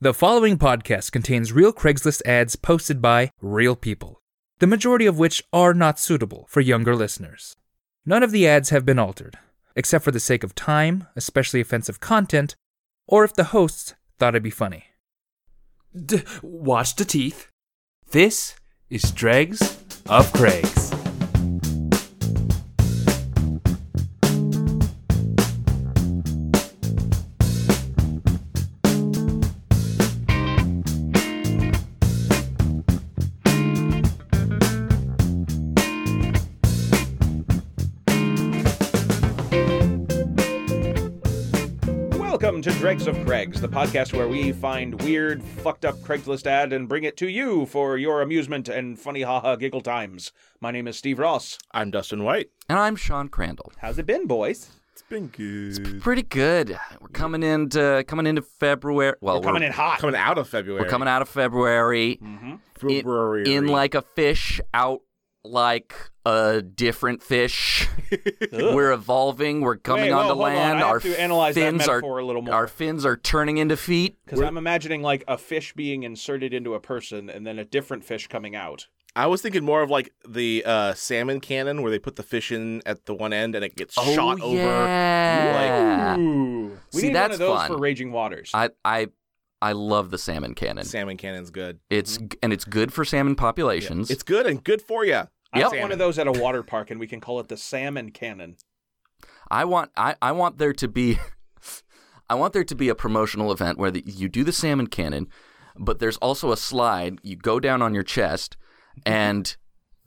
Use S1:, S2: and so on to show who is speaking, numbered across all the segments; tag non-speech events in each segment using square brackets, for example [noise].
S1: The following podcast contains real Craigslist ads posted by real people, the majority of which are not suitable for younger listeners. None of the ads have been altered, except for the sake of time, especially offensive content, or if the hosts thought it'd be funny.
S2: D- watch the teeth. This is Dregs of Craigs.
S3: Welcome to Dregs of Craigs, the podcast where we find weird, fucked up Craigslist ad and bring it to you for your amusement and funny haha giggle times. My name is Steve Ross.
S4: I'm Dustin White.
S5: And I'm Sean Crandall.
S3: How's it been, boys?
S4: It's been good.
S5: Pretty good. We're coming into coming into February. Well,
S3: We're coming in hot.
S4: Coming out of February.
S5: we're coming out of February. in-
S4: February.
S5: In, like a fish, out like a
S3: [laughs]
S5: different fish. we're evolving. We're coming
S3: Wait, whoa,
S5: onto
S3: hold on. I
S5: land.
S3: have
S5: Our
S3: to analyze that
S5: fins
S3: metaphor
S5: are
S3: a little more.
S5: our fins are turning into feet.
S3: Because I'm imagining like a fish being inserted into a person and then a different fish coming out.
S4: I was thinking more of like the uh, salmon cannon where they put the fish in at the one end and it gets
S5: Oh,
S4: shot over.
S5: yeah.
S3: Ooh. We
S5: See,
S3: need
S5: that's
S3: one of those
S5: fun.
S3: for Raging Waters.
S5: I I I love the salmon cannon.
S4: Salmon cannon's good.
S5: It's and it's good for salmon populations.
S4: It's good and good for you.
S3: I
S5: Yep.
S3: want one of those at a water park and we can call it the salmon cannon.
S5: I want I, I want there to be [laughs] I want there to be a promotional event where the, you do the salmon cannon, but there's also a slide. You go down on your chest and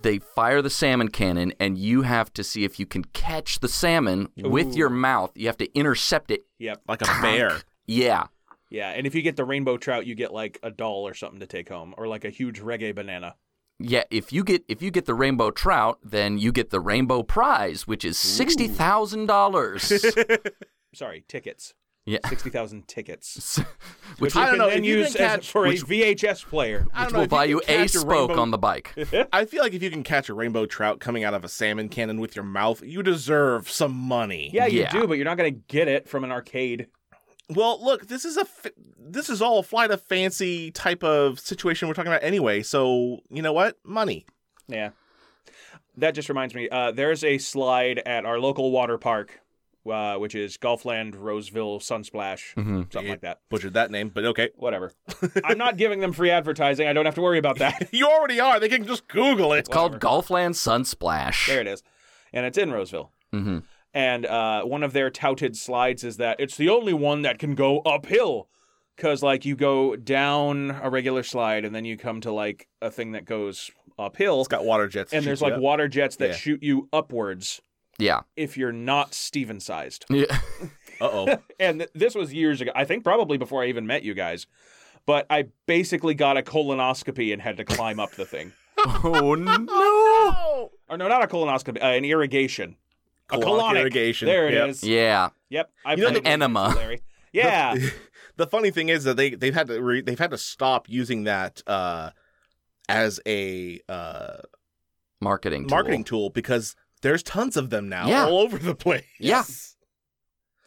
S5: they fire the salmon cannon and you have to see if you can catch the salmon with your mouth. You have to intercept it.
S3: Yep.
S4: Like a bear.
S5: Yeah.
S3: Yeah. And if you get the rainbow trout, you get like a doll or something to take home or like a huge reggae banana.
S5: Yeah, if you get if you get the rainbow trout, then you get the rainbow prize, which is sixty
S4: [laughs]
S5: thousand dollars.
S3: Sorry, tickets.
S5: Yeah, [laughs]
S3: 60,000 tickets.
S5: which
S3: you
S4: I don't
S5: will,
S3: can
S4: know,
S3: then
S4: if you
S3: use
S4: can
S3: as-
S4: catch-
S3: for
S4: which- Uh,
S3: a VHS player.
S4: I don't
S5: which
S4: know
S5: will
S4: if
S5: buy
S4: can
S5: you a
S4: catch
S5: spoke
S4: rainbow-
S5: on the bike.
S4: I feel like if you can catch a rainbow trout coming out of a salmon cannon with your mouth, you deserve some money.
S3: Yeah, you
S5: Yeah.
S3: do, but you're not going to get it from an arcade.
S4: Well, look, this is a f- this is all a flight of fancy type of situation we're talking about anyway. So you know what? Money.
S3: Yeah. That just reminds me. Uh, there's a slide at our local water park, uh, which is Gulfland, Roseville, Sunsplash,
S4: Mm-hmm.
S3: something like that.
S4: Butchered that name, but okay. [laughs]
S3: Whatever. I'm not giving them free advertising. I don't have to worry about
S4: [laughs]
S3: that.
S4: You already are. They can just Google it.
S5: It's called Golfland Sunsplash.
S3: there it is. And it's in Roseville.
S5: Mm-hmm.
S3: and uh, one of their touted slides is that it's the only one that can go uphill because like you go down a regular slide and then you come to like a thing that goes uphill
S4: It's got water jets. that
S3: and
S4: shoot
S3: there's
S4: you
S3: like
S4: [laughs] up.
S3: water jets that
S4: Yeah.
S3: shoot you upwards
S5: Yeah.
S3: if you're not steven sized
S5: Yeah.
S4: Uh oh.
S3: and th- this was years ago i think probably before i even met you guys but i basically got a colonoscopy and had to climb up the thing
S5: oh no.
S3: or [laughs] no not a colonoscopy uh, an irrigation a
S4: Colonic
S3: colonic
S4: irrigation.
S3: there it is.
S4: Yep.
S5: Yeah.
S3: yep I've
S4: You know
S3: had
S5: the-
S3: it,
S5: Enema.
S3: Larry.
S4: [laughs]
S3: yeah
S4: The funny thing is that they they've had to re- they've had to stop using that uh, as a uh,
S5: Marketing. tool.
S4: marketing tool because there's tons of them now
S5: Yeah.
S4: all over the place.
S5: Yeah.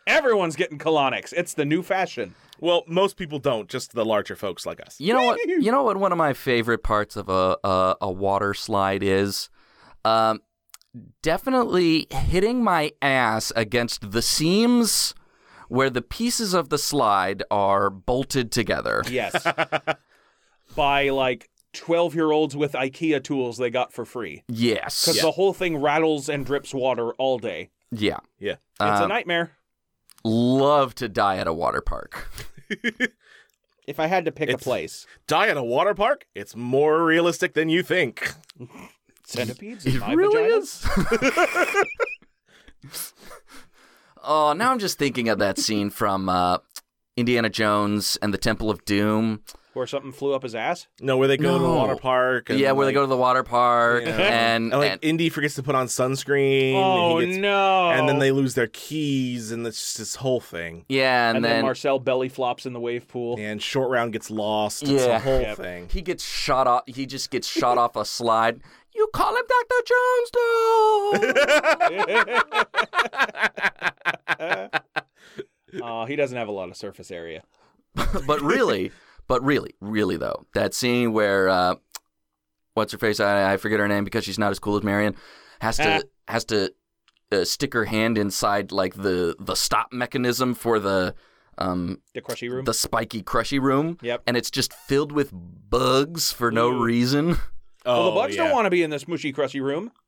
S3: Everyone's getting colonics. It's the new fashion.
S4: Well, most people don't. Just the larger folks like us.
S5: You know what? You know what? One of my favorite parts of a a, a water slide is, um, definitely hitting my ass against the seams where the pieces of the slide are bolted together.
S3: Yes. By like 12 year olds with IKEA tools they got for free.
S5: Yes.
S3: Because the whole thing rattles and drips water all day.
S5: Yeah.
S4: Yeah.
S3: It's a
S5: Um,
S3: nightmare.
S5: Love to die at a water park.
S3: If I had to pick a
S4: it's-
S3: place,
S4: Die at a water park? It's more realistic than you think.
S3: centipedes in
S5: It
S3: my
S5: really
S3: vagina?
S5: is. oh, now I'm just thinking of that scene from uh, Indiana Jones and the Temple of Doom.
S3: [laughs] Where something flew up his ass?
S4: No, where they go to the
S5: No.
S4: water park. And
S5: yeah, where they go to the water park
S4: Yeah.
S3: [laughs]
S4: And
S5: and,
S4: like
S5: and-
S4: Indy forgets to put on sunscreen.
S3: oh,
S4: and, he gets-
S3: no.
S4: and then they lose their keys, and it's just this whole thing.
S5: yeah, and,
S3: And, then,
S5: then,
S3: Marcel belly flops in the wave pool.
S4: And short round gets lost. It's
S5: Yeah.
S4: a whole
S3: Yep.
S4: thing.
S5: he gets shot off. He just gets shot off a slide. You call him Doctor Jones, though.
S3: [laughs] Uh, he doesn't have a lot of surface area.
S5: but really, But really, really though, that scene where uh, what's her face? I, I forget her name because she's not as cool as Marion. Has to
S3: Ah.
S5: has to uh, stick her hand inside like the the stop mechanism for the um
S3: The crushy room.
S5: the spiky crushy room.
S3: Yep.
S5: And it's just filled with bugs for no
S3: Ooh.
S5: reason.
S3: well, Oh, the bugs don't want to be in this mushy, crushy room.
S4: Oh,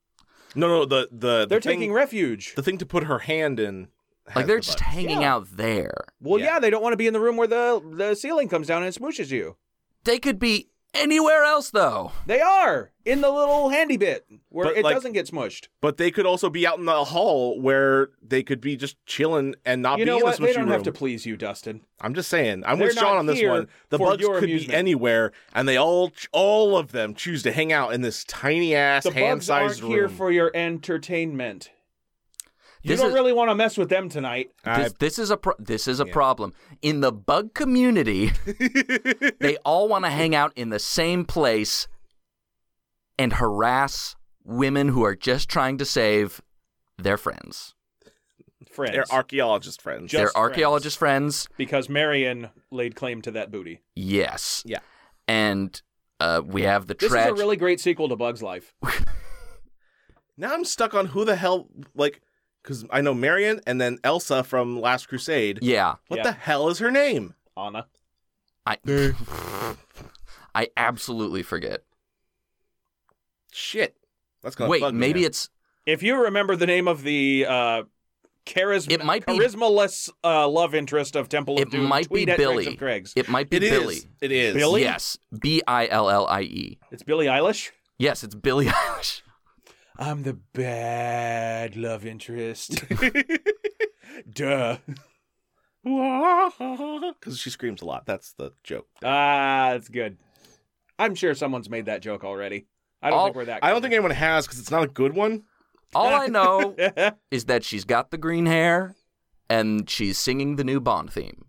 S4: No, no, the the
S3: They're
S4: the thing,
S3: taking refuge.
S4: the thing to put her hand in. has
S5: Like they're
S4: the
S5: just
S4: bug.
S5: hanging
S3: Yeah.
S5: out there.
S3: Well, yeah.
S4: Yeah.
S3: they don't want to be in the room where the the ceiling comes down and smooshes you.
S5: They could be anywhere else though.
S3: They are in the little handy bit where
S4: But,
S3: it
S4: like-
S3: doesn't get smushed.
S4: but they could also be out in the hall where they could be just chilling and not
S3: you
S4: be
S3: know
S4: in
S3: what?
S4: this mushy
S3: They don't have
S4: room.
S3: to please you, Dustin.
S4: I'm just saying. I'm
S3: They're
S4: with Sean
S3: not
S4: on this
S3: here
S4: one. The
S3: for
S4: bugs
S3: your
S4: could
S3: amusement.
S4: be anywhere, and they all all of them choose to hang out in this tiny ass
S3: The
S4: hand
S3: bugs aren't
S4: sized room.
S3: here for your entertainment. You
S5: This
S3: don't
S5: is-
S3: really want to mess with them tonight.
S4: I-
S5: This, this is a pro- this is a problem in the bug
S4: [laughs]
S5: community. they all want to hang out in the same place and harass women who are just trying to save their friends,
S3: Friends.
S4: they're archaeologist friends.
S3: Just
S5: their archaeologist friends.
S3: because Marion laid claim to that booty.
S5: Yes.
S4: Yeah.
S5: And uh, we have the
S3: This
S5: tragic.
S3: is a really great sequel to Bug's Life.
S4: Now I'm stuck on who the hell like because I know Marion and then Elsa from Last Crusade.
S5: yeah.
S4: What
S3: Yeah.
S4: the hell is her name?
S3: Anna.
S5: I I absolutely forget.
S4: Shit, that's gonna
S5: Wait,
S4: bug me
S5: maybe
S4: now.
S5: it's
S3: If you remember the name of the uh, charisma,
S5: It might be-
S3: charismaless uh, love interest of Temple of
S5: it
S3: Doom,
S5: might be
S3: tweet at Dregs
S5: Billy.
S3: of Craigs.
S5: It might be
S4: It is.
S5: Billy.
S4: It is
S3: Billy?
S4: [laughs]
S5: Yes, B I L L I E.
S3: It's Billie Eilish.
S5: Yes, it's Billy [laughs] Eilish.
S3: I'm the bad love interest. Duh.
S4: because she screams a lot. That's the joke.
S3: Ah, that's good. I'm sure someone's made that joke already. I don't
S5: All-
S3: think we're that.
S4: I don't think anyone has because it's not a good one.
S5: All I
S4: [laughs]
S5: know
S3: think.
S5: is that she's got the green hair and she's singing the new Bond theme.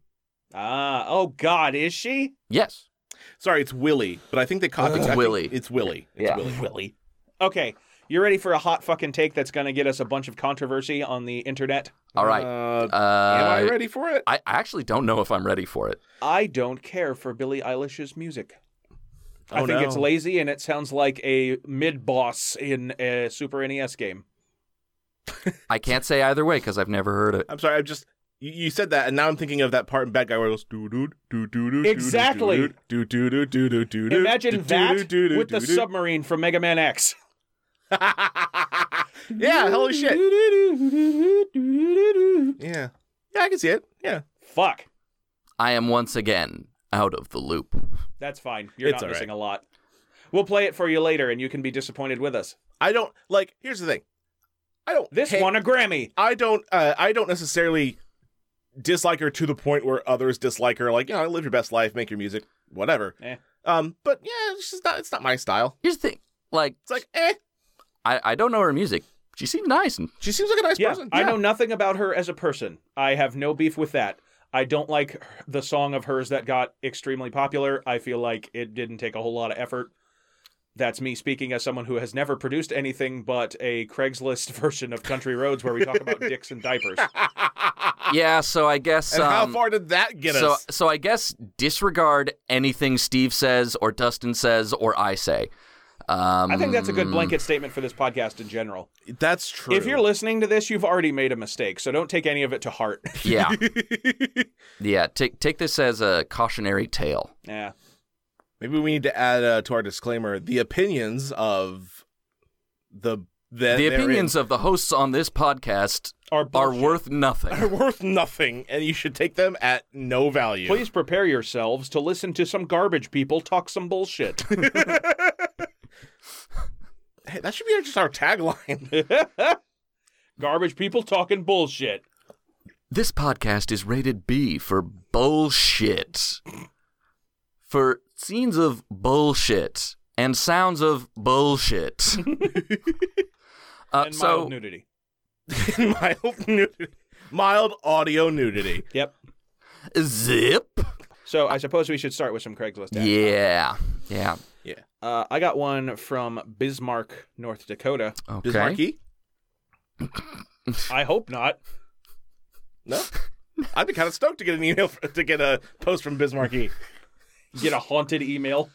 S3: ah, oh God, is she?
S5: Yes.
S4: Sorry, it's Willy, but I think they caught
S5: It's Willy.
S4: It's Willy. It's
S5: Yeah.
S4: Willy. Willy.
S3: Okay, you ready for a hot fucking take that's gonna get us a bunch of controversy on the internet?
S5: All right.
S4: Uh,
S5: Uh,
S4: am I
S5: I,
S4: ready for it?
S5: I actually don't know if I'm ready for it.
S3: I don't care for Billie Eilish's music. I
S4: Oh,
S3: think it's
S4: no.
S3: lazy and it sounds like a mid boss in a Super NES game.
S5: I can't say either way because I've never heard it.
S4: I'm sorry. I'm just. You, you said that, and now I'm thinking of that part in Bad Guy where it goes doo doo doo doo doo.
S3: Exactly.
S4: Doo doo doo doo doo doo. doo, doo,
S3: Imagine
S4: doo,
S3: that
S4: doo, doo,
S3: with the
S4: doo, doo.
S3: submarine from Mega Man X.
S4: [laughs] yeah. Holy shit. Yeah. Yeah, I can see it. Yeah.
S3: Fuck.
S5: I am once again out of the loop.
S3: That's fine. You're
S4: It's
S3: not
S4: all
S3: missing a lot. We'll play it for you later and you can be disappointed with us.
S4: I don't like. Here's the thing. I don't.
S3: This
S4: hate-
S3: won a Grammy.
S4: I don't uh, I don't necessarily dislike her to the point where others dislike her. Like, you know, live your best life, make your music, whatever.
S3: Eh.
S4: Um, but yeah, it's just not it's not my style.
S5: Here's the thing like,
S4: It's like, eh,
S5: I, I don't know her music. She
S4: [laughs]
S5: seems nice. And
S4: she seems like a nice
S3: Yeah,
S4: person.
S3: I know nothing about her as a person. I have no beef with that. I don't like her- the song of hers that got extremely popular. I feel like it didn't take a whole lot of effort. That's me speaking as someone who has never produced anything but a Craigslist [laughs] version of Country Roads where we talk about dicks and diapers.
S5: yeah, so I guess.
S4: And how
S5: um,
S4: far did that get
S5: so,
S4: us?
S5: so I guess disregard anything Steve says or Dustin says or I say. Um,
S3: I think that's a good blanket statement for this podcast in general.
S4: That's Mm. true.
S3: If you're listening to this, you've already made a mistake, so don't take any of it to heart. [laughs]
S5: Yeah.
S4: [laughs]
S5: yeah. Take take this as a cautionary tale.
S3: yeah.
S4: Maybe we need to add uh, to our disclaimer the opinions of the that
S5: the
S4: they're in
S5: opinions of the hosts on this podcast
S3: Are
S5: are
S3: bullshit.
S5: worth
S4: are
S5: nothing.
S4: worth nothing, and you should take them at no value.
S3: Please prepare yourselves to listen to some garbage people talk some
S5: [laughs]
S3: bullshit.
S4: Hey, that should be just our tagline. [laughs]
S3: garbage people talking bullshit.
S5: This podcast is rated B for bullshit. For scenes of bullshit and sounds of
S3: [laughs]
S5: bullshit. uh,
S3: and
S5: so
S3: mild nudity.
S4: mild nudity. Mild audio nudity.
S3: Yep.
S5: zip.
S3: So I suppose we should start with some Craigslist. ads.
S5: Yeah. Yeah.
S3: Uh, I got one from Bismarck, North Dakota.
S5: Okay.
S4: Bismarcky?
S3: I hope not.
S4: [laughs] No. I'd be kind of stoked to get an email to get a post from Bismarcky.
S3: Get a haunted
S5: [laughs]
S3: email.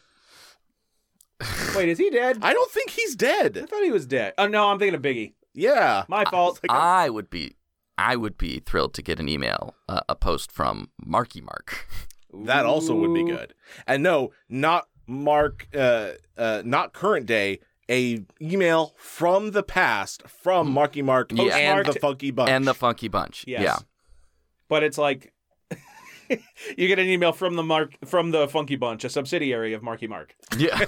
S3: Wait, is he dead?
S4: I don't think he's
S3: I
S4: dead.
S3: thought he was dead. Oh no, I'm thinking of Biggie.
S4: Yeah.
S3: My fault.
S5: I would be, I would be thrilled to get an email, uh, a post from Marky Mark.
S4: That also would be
S3: Ooh.
S4: good. And no, not Mark, uh, uh, not current day. A email from the past from Marky Mark
S5: Yeah.
S4: and
S3: Postmarked-
S4: the Funky Bunch.
S5: and the Funky Bunch.
S3: Yes.
S5: Yeah,
S3: But it's like [laughs] you get an email from the Mark from the Funky Bunch, a subsidiary of Marky Mark. [laughs]
S5: yeah.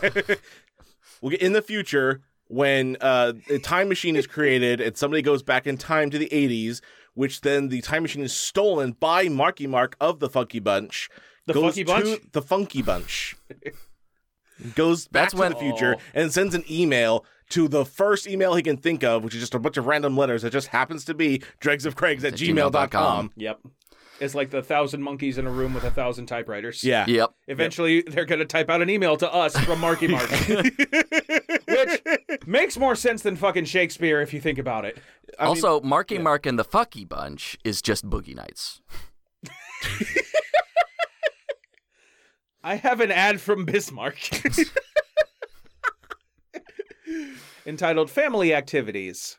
S4: We'll get in the future when uh, a time machine is created and somebody goes back in time to the 80s, which then the time machine is stolen by Marky Mark of the Funky Bunch.
S3: The
S4: goes
S3: Funky
S4: to
S3: Bunch?
S4: The Funky Bunch. goes back
S5: That's when-
S4: to the future
S3: Oh.
S4: and sends an email to the first email he can think of, which is just a bunch of random letters that just happens to be dregs of dregsofcraigs at
S5: At
S4: gmail.com.
S5: gmail.com.
S3: Yep. It's like the thousand monkeys in a room with a thousand typewriters.
S4: Yeah.
S5: yep.
S3: Eventually, they're going to type out an email to us from Marky
S5: [laughs]
S3: Mark, which makes more sense than fucking Shakespeare if you think about it.
S5: also, Marky Mark and the Funky Bunch is just Boogie Nights.
S3: I have an ad from Bismarck [laughs] entitled "Family Activities."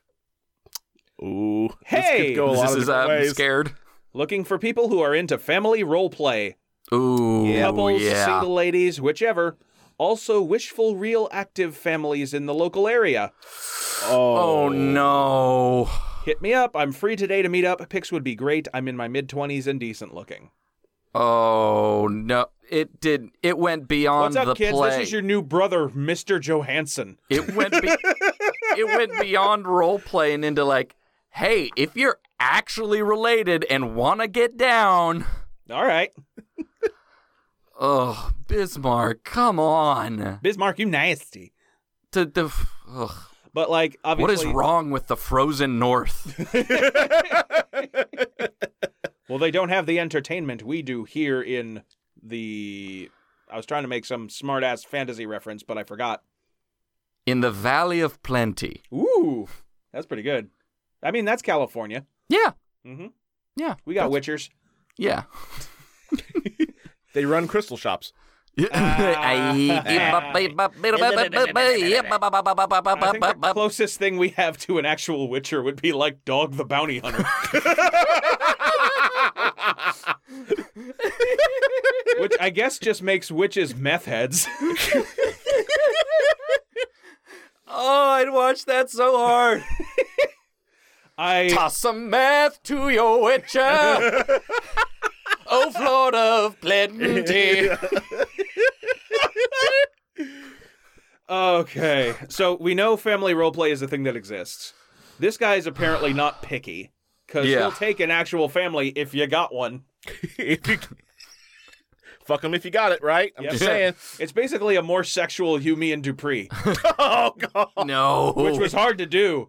S4: Ooh.
S3: Hey!
S4: This could go a lot
S5: This
S4: of
S5: is uh,
S4: different
S5: I'm
S4: ways.
S5: scared.
S3: Looking for people who are into family role play,
S5: Ooh,
S3: couples,
S5: yeah.
S3: single ladies, whichever. Also, wishful, real, active families in the local area.
S5: Oh no.
S3: Hit me up. I'm free today to meet up. Pics would be great. I'm in my mid 20s and decent looking.
S5: Oh no. It did. It went beyond
S3: What's up,
S5: the
S3: kids?
S5: play.
S3: This is your new brother, Mr. Johansson.
S5: It went.
S3: [laughs]
S5: Be- it went beyond role play and into like, hey, if you're actually related and wanna get down.
S3: All right.
S5: Oh, Bismarck, come on.
S3: Bismarck, you nasty.
S5: To the. Ugh.
S3: But, like,
S5: What
S3: obviously.
S5: is wrong with the frozen north?
S3: Well, they don't have the entertainment we do here in the. I was trying to make some smart ass fantasy reference, but I forgot.
S5: In the Valley of Plenty.
S3: Ooh, that's pretty good. I mean, that's California.
S5: Yeah.
S3: Mm-hmm.
S5: Yeah.
S3: We got witchers.
S5: Yeah.
S4: They run crystal shops.
S3: Ah.
S5: [laughs]
S3: [laughs] I think the closest thing we have to an actual witcher would be like Dog the Bounty
S5: [laughs]
S3: Hunter. Which I guess just makes witches meth heads.
S5: [laughs] Oh, I'd watch that
S3: [laughs]
S5: so hard.
S3: I
S5: Toss some meth to your witcher.
S3: [laughs]
S5: Oh, Florida of plenty.
S3: [laughs] okay. So we know family roleplay is a thing that exists. This guy is apparently not picky because
S5: Yeah.
S3: he'll take an actual family if you got one.
S4: Fuck them if you got it, right? I'm
S3: Yep.
S4: just saying.
S3: It's basically a more sexual Yumi and Dupree,
S4: Oh, God.
S5: No.
S3: which was hard to do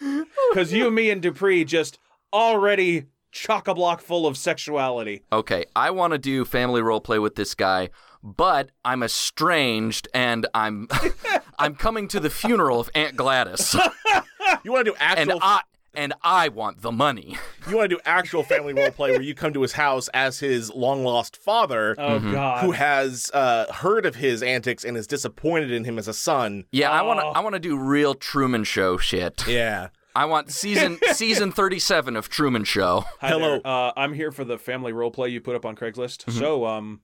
S3: because Yumi and Dupree just already chock a block full of sexuality.
S5: okay, I want to do family role play with this guy, but I'm estranged and I'm [laughs] I'm coming to the funeral of Aunt Gladys,
S4: You want to do
S5: and
S4: actual?
S5: I and I want the money. [laughs]
S4: you want to do actual family role play where you come to his house as his long lost father,
S3: Oh God!
S4: who has uh, heard of his antics and is disappointed in him as a son.
S5: Yeah, I want to
S3: Oh.
S5: I want to do real Truman Show shit.
S4: Yeah.
S5: I want
S4: [laughs]
S5: season season 37 of Truman Show.
S3: Hi
S4: Hello.
S3: there. Uh, I'm here for the family role play you put up on Craigslist. So, um,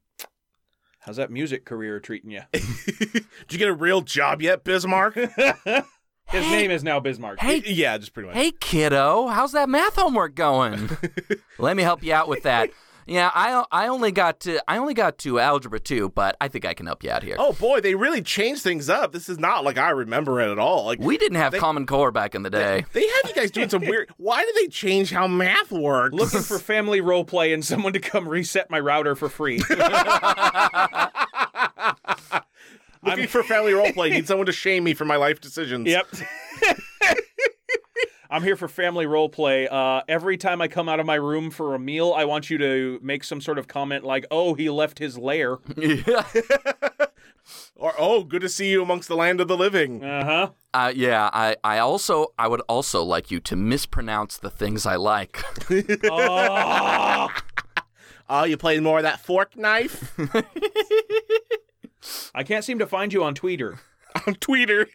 S3: how's that music career treating you? His
S4: Did you get a real job yet, Bismarck? [laughs]
S3: name is now Bismarck.
S5: Hey,
S4: yeah, just pretty much.
S5: hey kiddo, how's that math
S4: [laughs]
S5: homework going? Let me help you out with that. Yeah, I I only got to I only got to algebra 2, but I think I can help you out here.
S4: Oh boy, they really changed things up. This is not like I remember it at all. Like
S5: We didn't have Common Core back in the day.
S4: they have you guys doing some weird. Why did they change how math works?
S3: Looking [laughs] for family role play and someone to come reset my router for [laughs] free.
S4: [laughs] Looking for family role play. Need someone to shame me for my life decisions.
S3: yep. [laughs] I'm here for family role play. Uh, every time I come out of my room for a meal, I want you to make some sort of comment like, "Oh, he left his [laughs] lair."
S5: Yeah.
S4: Or oh, good to see you amongst the land of the living.
S3: Uh huh.
S5: Uh, yeah, I, I also I would also like you to mispronounce the things I like.
S4: Oh, you played more of that fork knife?
S3: I can't seem to find you on Tweeter.
S4: [laughs] I'm Tweeter.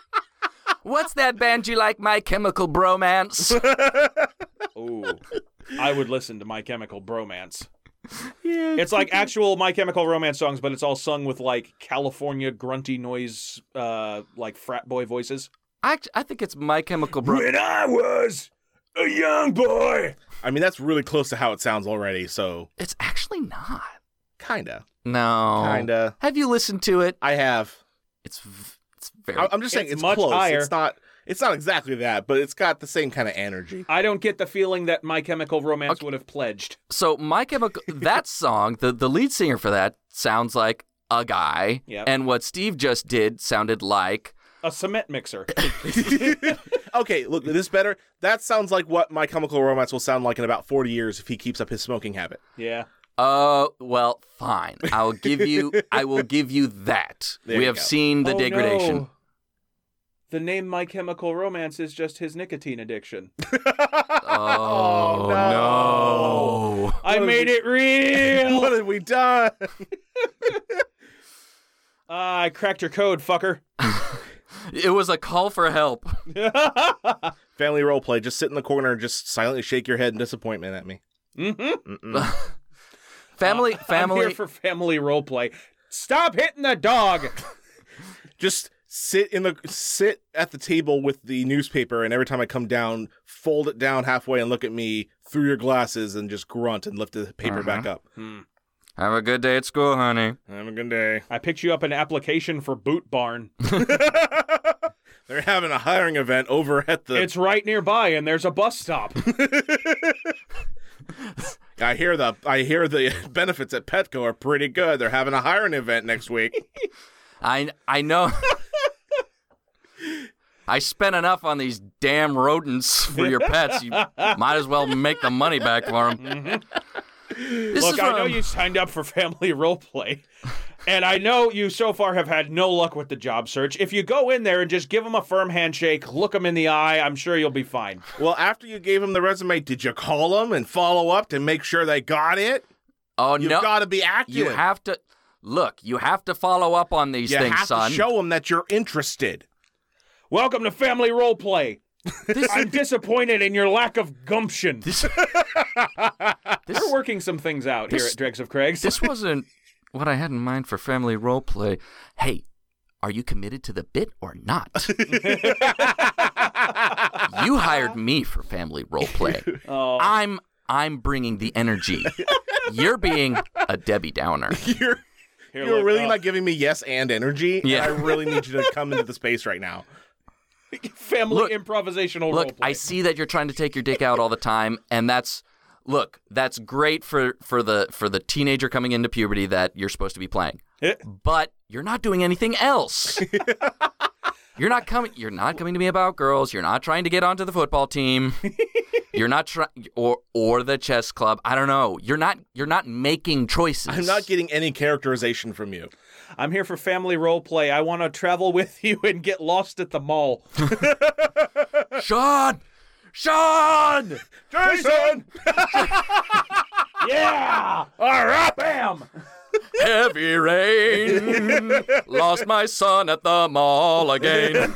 S5: [laughs] What's that band you like, My Chemical Bromance?
S4: [laughs]
S3: [laughs] Oh, I would listen to My Chemical Bromance. it's like actual My Chemical Romance songs, but it's all sung with like California grunty noise, uh, like frat boy voices.
S5: I, I think it's My Chemical Bromance.
S3: I was a young boy,
S4: I mean, that's really close to how it sounds already, so
S5: It's actually not.
S4: kinda. Oh.
S5: No.
S4: Kinda.
S5: Have you listened to it?
S4: I have.
S5: It's v- it's very.
S4: I- I'm just saying
S3: It's
S4: it's,
S3: much
S4: close.
S3: higher.
S4: It's not it's not exactly that, but it's got the same kind of energy.
S3: I don't get the feeling that My Chemical Romance would have pledged.
S5: so my chemical that song, the the lead singer for that sounds like a guy,
S3: Yep.
S5: and what Steve just did sounded like
S3: A cement
S5: [coughs]
S3: mixer.
S4: Okay, look, this better. That sounds like what My Chemical Romance will sound like in about 40 years if he keeps up his smoking habit.
S3: yeah.
S5: Oh well, fine. I'll give you. I will give you that.
S4: There
S5: we
S4: you
S5: have
S4: go.
S5: seen the
S3: Oh,
S5: degradation.
S3: [laughs] no. The name My Chemical Romance is just his nicotine
S5: [laughs]
S3: addiction.
S5: Oh,
S4: no.
S5: no.
S3: I made it
S4: What
S5: [laughs]
S3: real.
S4: have we done?
S3: Ah, I cracked your code, fucker. [laughs]
S5: It was a call for help.
S4: Family roleplay. Just sit in the corner and just silently shake your head in disappointment at me.
S5: Family,
S3: I'm
S5: family.
S3: here for family roleplay. Stop hitting the dog.
S4: Just sit in the sit at the table with the newspaper, and every time I come down, fold it down halfway and look at me through your glasses, and just grunt and lift the paper
S5: Uh-huh.
S4: back up.
S5: have a good day at school, honey.
S4: Have a good day.
S3: I picked you up an application for Boot
S5: [laughs]
S3: Barn.
S4: They're having a hiring event over at the.
S3: It's right nearby, and there's a bus stop.
S4: I hear the I hear the [laughs] benefits at Petco are pretty good. They're having a hiring event next week.
S5: [laughs] I
S4: [laughs]
S5: I know. I spent enough on these damn rodents for your
S4: [laughs]
S5: pets. You might as well make the money back for them.
S4: Mm-hmm.
S5: This
S3: Look,
S5: is
S3: I know
S5: from-
S3: you signed up for [laughs] family roleplay, and I know you so far have had no luck with the job search. If you go in there and just give them a firm handshake, look them in the eye, I'm sure you'll be fine.
S4: well, after you gave him the resume, did you call him and follow up to make sure they got it?
S5: Oh
S4: You've
S5: no!
S4: got to be active.
S5: you have to look. You have to follow up on these
S4: You
S5: things,
S4: have
S5: son.
S4: to show them that you're interested.
S3: Welcome to family roleplay.
S5: [laughs] This-
S3: I'm disappointed in your lack of gumption. [laughs]
S5: This, this,
S3: We're working some things out here
S5: This-
S3: at Dregs of Craig's.
S5: this wasn't what I had in mind for family role play. Hey, are you committed to the bit or not? you hired me for family role play.
S3: Oh.
S5: I'm I'm bringing the energy. You're being a Debbie Downer.
S4: [laughs] You're
S3: Here,
S4: you're
S3: look,
S4: really
S3: uh,
S4: not giving me yes and energy. and
S5: Yeah.
S4: I really need you to come into the space
S3: [laughs]
S4: right now.
S3: [laughs] family
S5: Look-
S3: improvisational
S5: Look,
S3: roleplay.
S5: I see that you're trying to take your dick out all the time, and that's look, that's great for for the for the teenager coming into puberty that you're supposed to be playing.
S3: Eh.
S5: But you're not doing anything
S4: [laughs]
S5: else. you're not coming. You're not coming to me about girls. You're not trying to get onto the
S4: [laughs]
S5: football team. you're not trying or or the chess club. I don't know. You're not. You're not making choices.
S4: I'm not getting any characterization from you.
S3: I'm here for family roleplay. I want to travel with [laughs] you and get lost at the mall.
S5: [laughs] Sean. Sean.
S4: Jason,
S3: yeah!
S4: all right.
S3: Bam!
S5: Heavy rain. Lost my son at the mall [laughs] again.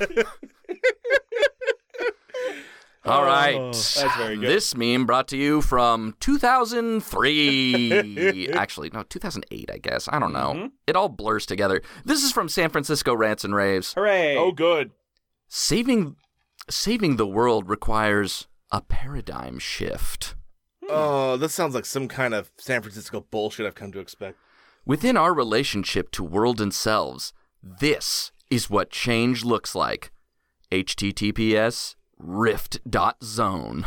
S5: All right. Oh, that's very good. This meme brought to you from [laughs] 2003. Actually, no, 2008, I guess. I don't know. It all blurs together. This is from San Francisco Rants and Raves.
S3: Hooray!
S4: Oh, good.
S5: Saving saving the world requires a paradigm shift.
S4: Oh, this sounds like some kind of San Francisco bullshit I've come to expect.
S5: Within our relationship to world and selves, this is what change looks like. HTTPS rift.zone.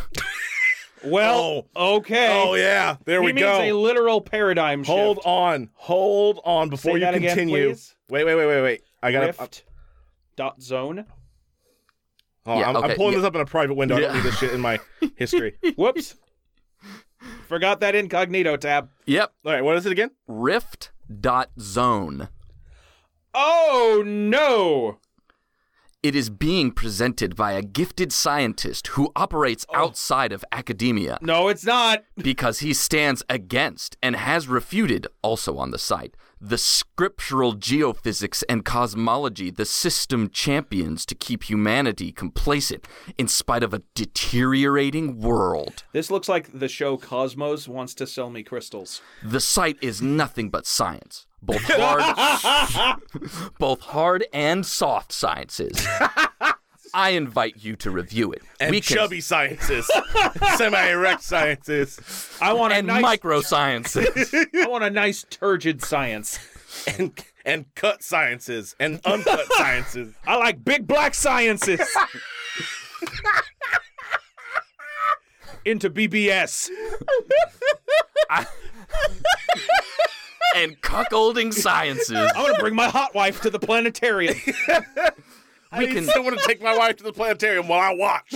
S3: well, okay.
S4: Oh yeah, there
S3: he
S4: we
S3: means
S4: go.
S3: a literal paradigm shift.
S4: Hold on, hold on before
S3: Say
S4: you
S3: that again,
S4: continue.
S3: please.
S4: wait, wait, wait, wait, wait. I gotta. uh,
S3: Rift dot zone.
S4: oh,
S5: Yeah,
S4: I'm, I'm
S5: okay,
S4: pulling
S5: yeah.
S4: this up in a private window. I don't
S5: Yeah.
S4: need this shit
S3: [laughs]
S4: in my history. [laughs]
S3: Whoops. Forgot that incognito tab.
S5: Yep,
S4: All right, what is it again?
S5: rift.zone.
S3: Oh no!
S5: It is being presented by a gifted scientist who operates outside of academia
S3: No, it's not.
S5: because he stands against and has refuted, also on the site, the scriptural geophysics and cosmology the system champions to keep humanity complacent in spite of a deteriorating world.
S3: This looks like the show Cosmos wants to sell me crystals.
S5: The site is nothing but science. Both hard, both hard and soft sciences. I invite you to review it.
S4: And
S5: we can,
S4: chubby
S3: [laughs]
S4: scientists, semi erect scientists,
S3: I want a
S5: and
S3: nice,
S5: microsciences.
S3: I want a nice turgid science.
S4: and and cut sciences and [laughs] uncut sciences.
S3: I like big black
S4: [laughs]
S3: sciences. Into BBS.
S5: and cuckolding sciences.
S3: I want to bring my hot wife to the planetarium.
S5: We can
S4: I want to take my wife to the planetarium while I watch.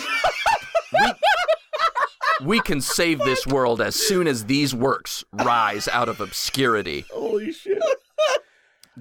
S5: we can save this world as soon as these works rise out of obscurity.
S4: Holy shit!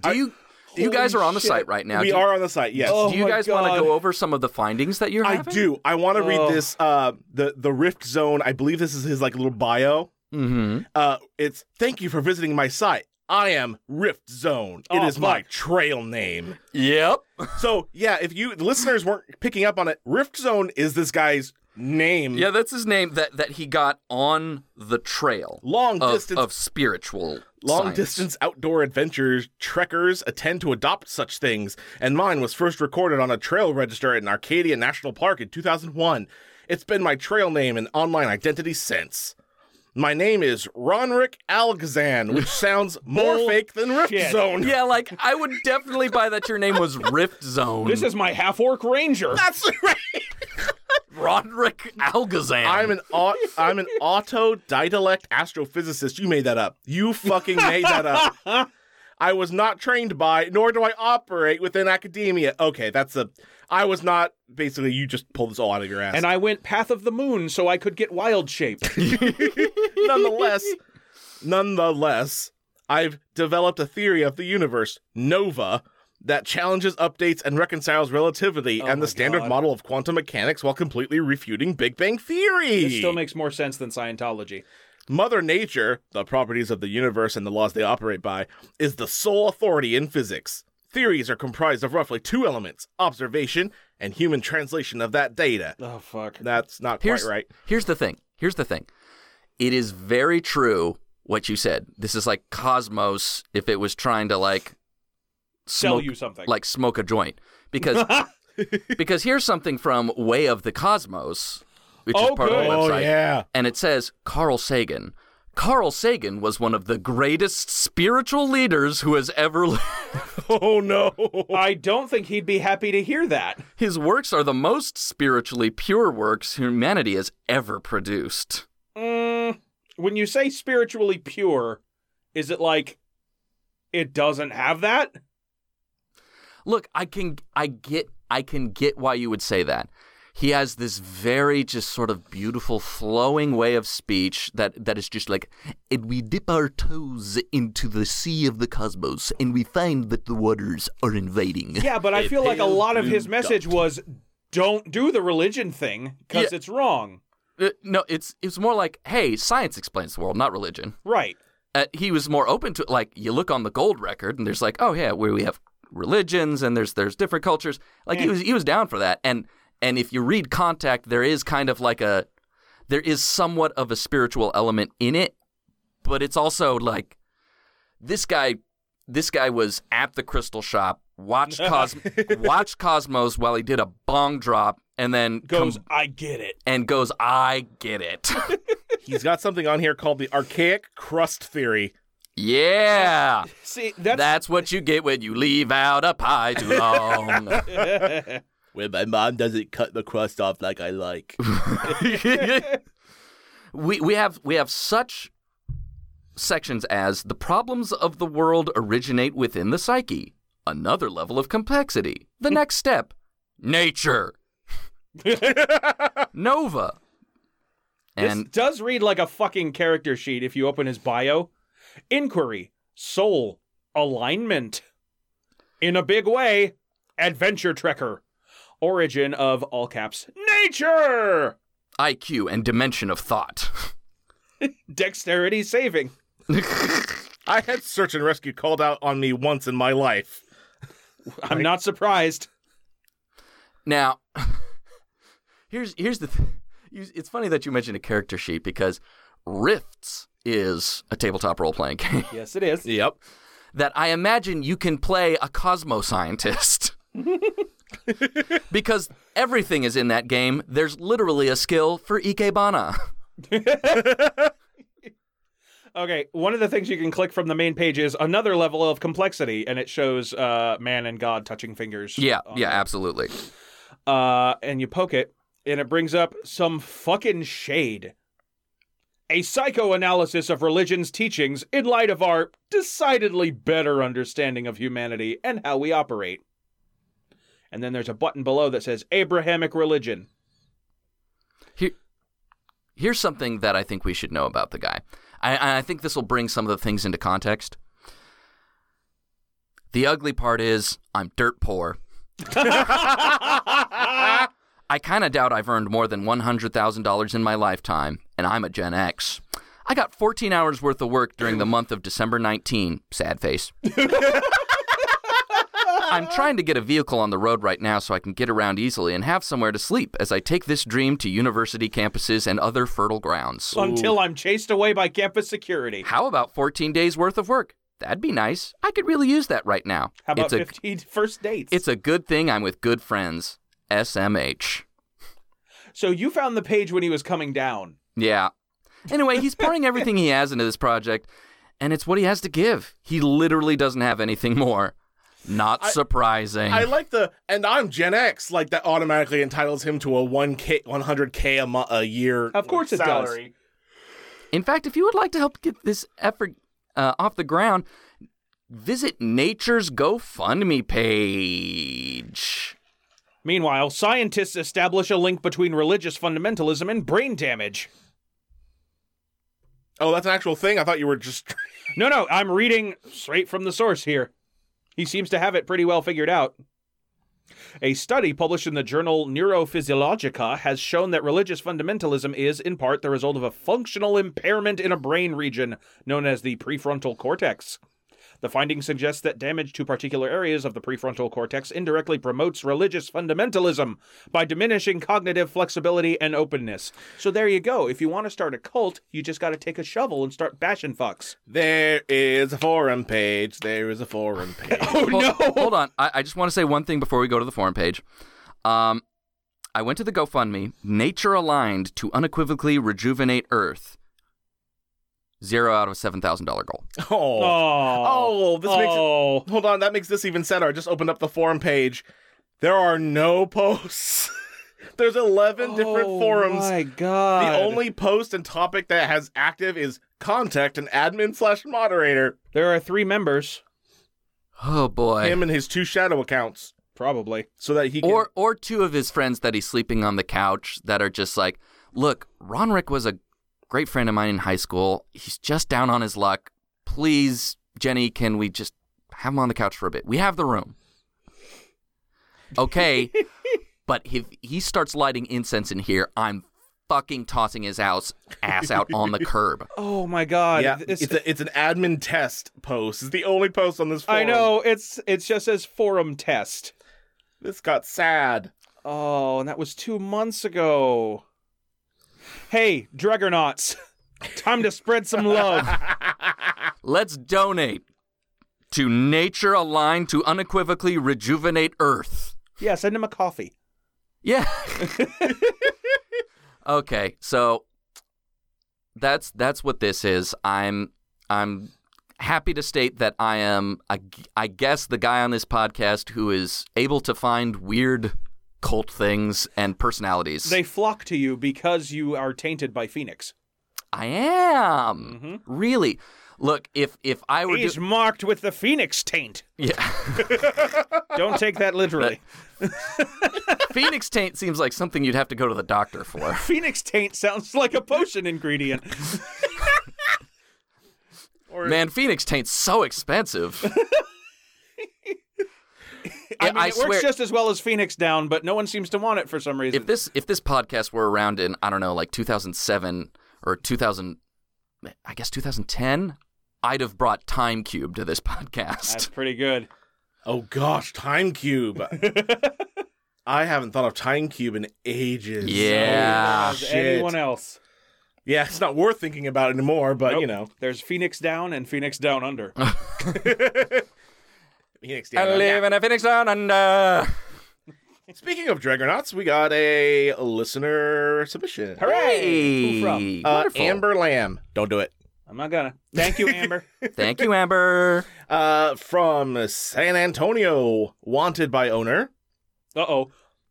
S5: Do you you guys are on the site right now.
S4: We
S5: do,
S4: are on the site. Yes.
S3: Oh
S5: do you
S3: my
S5: guys want
S3: God.
S5: to go over some of the findings that you're
S4: I
S5: having?
S4: do. I want to
S3: Oh.
S4: read this. Uh, the the Rift Zone. I believe this is his like little bio.
S5: Mm-hmm.
S4: Uh, it's thank you for visiting my site. I am Rift Zone. It is
S3: Oh,
S4: my
S3: fuck.
S4: trail name.
S5: Yep.
S4: so yeah, if you the listeners weren't picking up on it, Rift Zone is this guy's name.
S5: Yeah, that's his name that that he got on the trail
S4: Long
S5: of,
S4: distance
S5: of spiritual
S4: Long
S5: science.
S4: distance outdoor adventures, trekkers attend to adopt such things, and mine was first recorded on a trail register in Arcadia National Park in 2001. It's been my trail name and online identity since. My name is Ronrick Algazan,
S5: [laughs]
S4: which sounds more fake than Rift
S3: Bullshit.
S4: Zone.
S5: Yeah, like I would definitely buy that your name was Rift Zone.
S3: this is my half orc ranger.
S4: [laughs] That's right.
S5: Roderick Algazan.
S4: I'm an au- I'm an autodidact astrophysicist. You made that up. [laughs] You fucking made that up. I was not trained by, nor do I operate within academia. Okay, that's a. I was not. Basically, you just pulled this all out of your
S3: [laughs]
S4: ass.
S3: And I [laughs] went path of the moon so I could get wild
S5: [laughs]
S3: shape.
S4: nonetheless, nonetheless, I've developed a theory of the universe, nova, that challenges, updates, and reconciles relativity and the standard model of quantum mechanics while completely refuting Big Bang theory.
S3: It still makes more sense than Scientology.
S4: Mother Nature, the properties of the universe and the laws they operate by, is the sole authority in physics. Theories are comprised of roughly two elements observation and human translation of that data.
S3: Oh fuck.
S4: That's not
S5: here's,
S4: quite right.
S5: Here's the thing. Here's the thing. It is very true what you said. This is like Cosmos if it was trying to like
S3: Sell
S5: smoke,
S3: you something.
S5: like smoke a joint because
S3: [laughs]
S5: because here's something from Way of the Cosmos, which is
S3: Oh,
S5: part
S3: good.
S5: of the website,
S4: yeah.
S5: and it says Carl Sagan. Carl Sagan was one of the greatest spiritual leaders who has ever [laughs] lived.
S4: [laughs] Oh, no.
S3: I don't think he'd be happy to hear that.
S5: His works are the most spiritually pure works humanity has ever produced.
S3: Mm, when you say spiritually pure, is it like it doesn't have that?
S5: [laughs] look i can i get i can get why you would say that he has this very just sort of beautiful flowing way of speech that that is just like and we dip our toes into the sea of the cosmos and we find that the waters are invading
S3: Yeah, but I feel like a
S5: pale
S3: lot of
S5: blue
S3: his message
S5: dot.
S3: was don't do the religion thing because
S5: Yeah.
S3: it's wrong.
S5: Uh, no it's it's more like hey science explains the world not religion
S3: Right.
S5: uh, he was more open to like you look on the gold record and there's like oh yeah where we have religions and there's there's different cultures like he was he was down for that and and if you read contact there is kind of like a there is somewhat of a spiritual element in it but it's also like this guy this guy was at the crystal shop watched Cos- watched cosmos while he did a bong drop and then
S3: Goes,
S5: come-
S3: I get it.
S5: and goes i get it [laughs]
S4: He's got something on here called the archaic crust theory.
S5: yeah
S3: See, that's,
S5: That's what you get when you leave out a pie too long.
S4: Where my mom doesn't cut the crust off like I like.
S5: we we have we have such sections as the problems of the world originate within the psyche. Another level of complexity. The next step, nature.
S3: [laughs]
S5: [laughs] Nova.
S3: this
S5: And
S3: does read like a fucking character sheet if you open his bio. Inquiry, soul, alignment. In a big way, adventure trekker. origin of all caps nature,
S5: IQ and dimension of thought. [laughs]
S3: dexterity saving.
S4: [laughs] I had search and rescue called out on me once in my life.
S3: I'm not surprised.
S5: Now, [laughs] here's here's the. Th- you, it's funny that you mentioned a character sheet because Rifts is a tabletop role playing [laughs] game
S3: Yes, it is.
S4: Yep.
S5: that I imagine you can play a Cosmo scientist. because everything is in that game. There's literally a skill for Ikebana.
S3: [laughs]
S5: [laughs]
S3: Okay, one of the things you can click from the main page is another level of complexity, and it shows uh, man and God touching fingers.
S5: Yeah,
S3: on
S5: yeah,
S3: there.
S5: absolutely.
S3: Uh, and you poke it, and it brings up some fucking shade. A psychoanalysis of religion's teachings in light of our decidedly better understanding of humanity and how we operate. And then there's a button below that says Abrahamic religion.
S5: Here's something that I think we should know about the guy. I, I think this will bring some of the things into context. The ugly part is I'm
S3: [laughs]
S5: dirt poor. I kind of doubt I've earned more than $100,000 in my lifetime, and I'm a Gen X. I got 14 hours worth of work during the month of December 19. Sad face. I'm trying to get a vehicle on the road right now so I can get around easily and have somewhere to sleep as I take this dream to university campuses and other fertile grounds.
S3: Until I'm chased away by campus security.
S5: How about 14 days worth of work? That'd be nice. I could really use that right now.
S3: How about
S5: it's a
S3: 15 first dates?
S5: it's a good thing I'm with good friends. SMH.
S3: so you found the page when he was coming down.
S5: Yeah. Anyway, he's pouring everything he has into this project, and it's what he has to give. He literally doesn't have anything more. Not surprising.
S4: I like the and I'm Gen X like that automatically entitles him to a 1k 100k a, mo- a year.
S3: Of course it does.
S4: salary.
S5: In fact, if you would like to help get this effort uh, off the ground, visit Nature's GoFundMe page.
S3: Meanwhile, scientists establish a link between religious fundamentalism and brain damage.
S4: Oh, that's an actual thing. I thought you were just
S3: No, no, I'm reading straight from the source here. He seems to have it pretty well figured out. A study published in the journal Neurophysiologica has shown that religious fundamentalism is, in part, the result of a functional impairment in a brain region known as the prefrontal cortex. The finding suggests that damage to particular areas of the prefrontal cortex indirectly promotes religious fundamentalism by diminishing cognitive flexibility and openness. So there you go. If you want to start a cult, you just got to take a shovel and start bashing fucks.
S4: There is a forum page. There is a forum page.
S3: [laughs] Oh
S5: Hold, hold on. I, I just want to say one thing before we go to the forum page. Um, I went to the GoFundMe, Nature Aligned to Unequivocally Rejuvenate Earth. Zero out of $7,000 goal.
S4: Oh.
S3: Oh,
S4: Oh, this makes it- Hold on, that makes this even sadder. I just opened up the forum page. There are no posts. [laughs] There's 11 different forums.
S3: Oh my god!
S4: The only post and topic that has active is contact an admin slash moderator.
S3: there are three members,
S5: Oh, boy.
S4: Him and his two shadow accounts,
S3: probably.
S4: so that he can.
S5: or or two of his friends that he's sleeping on the couch that are just like, look, Ronrick was a great friend of mine in high school. He's just down on his luck. Please, Jenny, can we just have him on the couch for a bit? We have the room.
S4: [laughs]
S5: Okay, but if he starts lighting incense in here, I'm fucking tossing his house ass out on the curb.
S3: Oh my god!
S4: yeah,
S3: This-
S4: it's a, it's an admin test post. It's the only post on this forum.
S3: I know it's it's just as forum test.
S4: This got sad.
S3: Oh, and that was two months ago. Hey, Dregonauts, [laughs] time to spread some
S4: [laughs]
S3: love.
S5: Let's donate to Nature Aligned to unequivocally rejuvenate Earth.
S3: yeah, send him a coffee.
S5: Yeah. okay, so that's that's what this is. I'm I'm happy to state that I am I, I guess the guy on this podcast who is able to find weird cult things and personalities.
S3: They flock to you because you are tainted by Phoenix.
S5: I am.
S3: Mm-hmm.
S5: Really. Look, if if I were
S3: He's
S5: do-
S3: marked with the Phoenix taint. [laughs]
S5: yeah.
S3: Don't take that literally.
S5: Phoenix taint seems like something you'd have to go to the doctor for.
S3: Phoenix taint sounds like a potion [laughs] ingredient.
S5: Man, Phoenix taint's so expensive.
S3: [laughs] I,
S5: I-
S3: mean,
S5: I
S3: it
S5: swear-
S3: works just as well as Phoenix Down, but no one seems to want it for some reason.
S5: if this if this podcast were around in I don't know like 2007 or 2000 I guess 2010 I'd have brought Time Cube to this [laughs]
S3: That's
S5: podcast.
S3: pretty good.
S4: Oh gosh,
S3: [laughs]
S4: Time Cube. I haven't thought of Time Cube in ages.
S5: Yeah.
S4: Oh,
S3: As
S4: shit.
S3: anyone else?
S4: Yeah, it's not worth thinking about anymore, but you know.
S3: Nope. there's Phoenix Down and Phoenix Down
S5: [laughs]
S3: Under.
S4: Phoenix
S5: I
S4: Down.
S5: live in a Phoenix down under.
S4: Speaking of Dragonauts, we got a listener submission.
S3: Hooray! Who from?
S4: Uh,
S5: Wonderful.
S4: Amber Lamb. Don't do it.
S3: I'm not gonna. Thank you, Amber. [laughs]
S5: Thank you, Amber.
S4: Uh, from San Antonio, wanted by owner,
S3: Uh oh.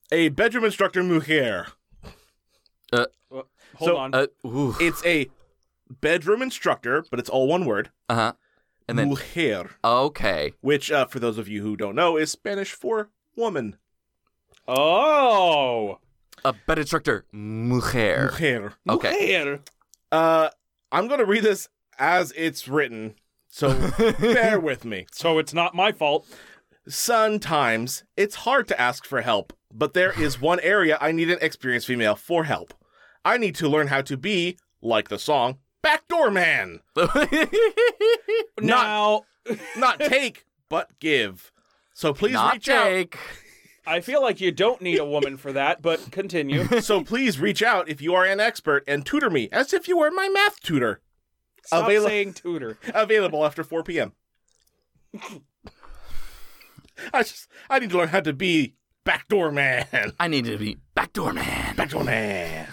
S4: a bedroom instructor mujer.
S3: Hold
S4: So,
S3: on.
S5: Uh, ooh.
S4: It's a bedroom instructor, but it's all one word.
S5: Uh-huh. And then
S4: mujer,
S5: okay.
S4: which uh, for those of you who don't know is Spanish for woman.
S3: oh.
S5: A bed instructor mujer.
S4: Mujer.
S5: Okay.
S3: Here.
S4: Uh, I'm gonna read this as it's written,
S5: [laughs]
S4: so bear with me.
S3: So it's not my fault.
S4: Sometimes it's hard to ask for help, but there is one area I need an experienced female for help. I need to learn how to be, like the song, backdoor man.
S5: [laughs]
S4: Not
S3: Now
S4: not take, but give. So please
S5: Not
S4: reach
S5: Jake.
S3: I feel like you don't need a woman for that, but
S5: [laughs]
S3: continue.
S4: out. So please reach out if you are an expert and tutor me as if you were my math tutor.
S3: Stop
S4: Avail-
S3: saying tutor.
S4: Available after 4 p.m. I just I need to learn how to be backdoor man.
S5: I need to be backdoor man.
S4: Backdoor Man.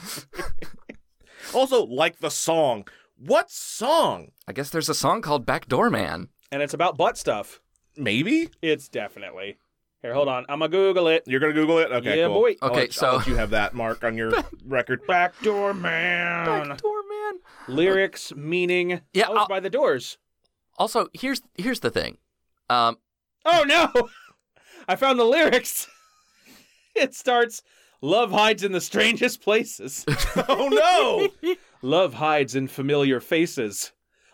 S4: also, like the song. What song?
S5: I guess there's a song called Backdoor Man.
S3: And it's about butt stuff.
S4: Maybe
S3: It's definitely. Here, hold on. I'm gonna Google it.
S4: you're gonna Google it. Okay,
S3: Yeah,
S4: cool.
S3: boy. Oh,
S4: I'll
S5: Okay,
S4: let- I'll
S5: so- [laughs]
S4: let you have that mark on your record.
S3: Backdoor man.
S5: Backdoor Man.
S3: Lyrics, meaning.
S5: Yeah,
S3: Owned
S5: I'll-
S3: by the Doors.
S5: Also, here's here's the thing. Um,
S3: Oh no! [laughs] I found the lyrics. [laughs] It starts. Love hides in the strangest
S5: [laughs]
S3: places.
S4: oh no!
S3: Love hides in familiar faces.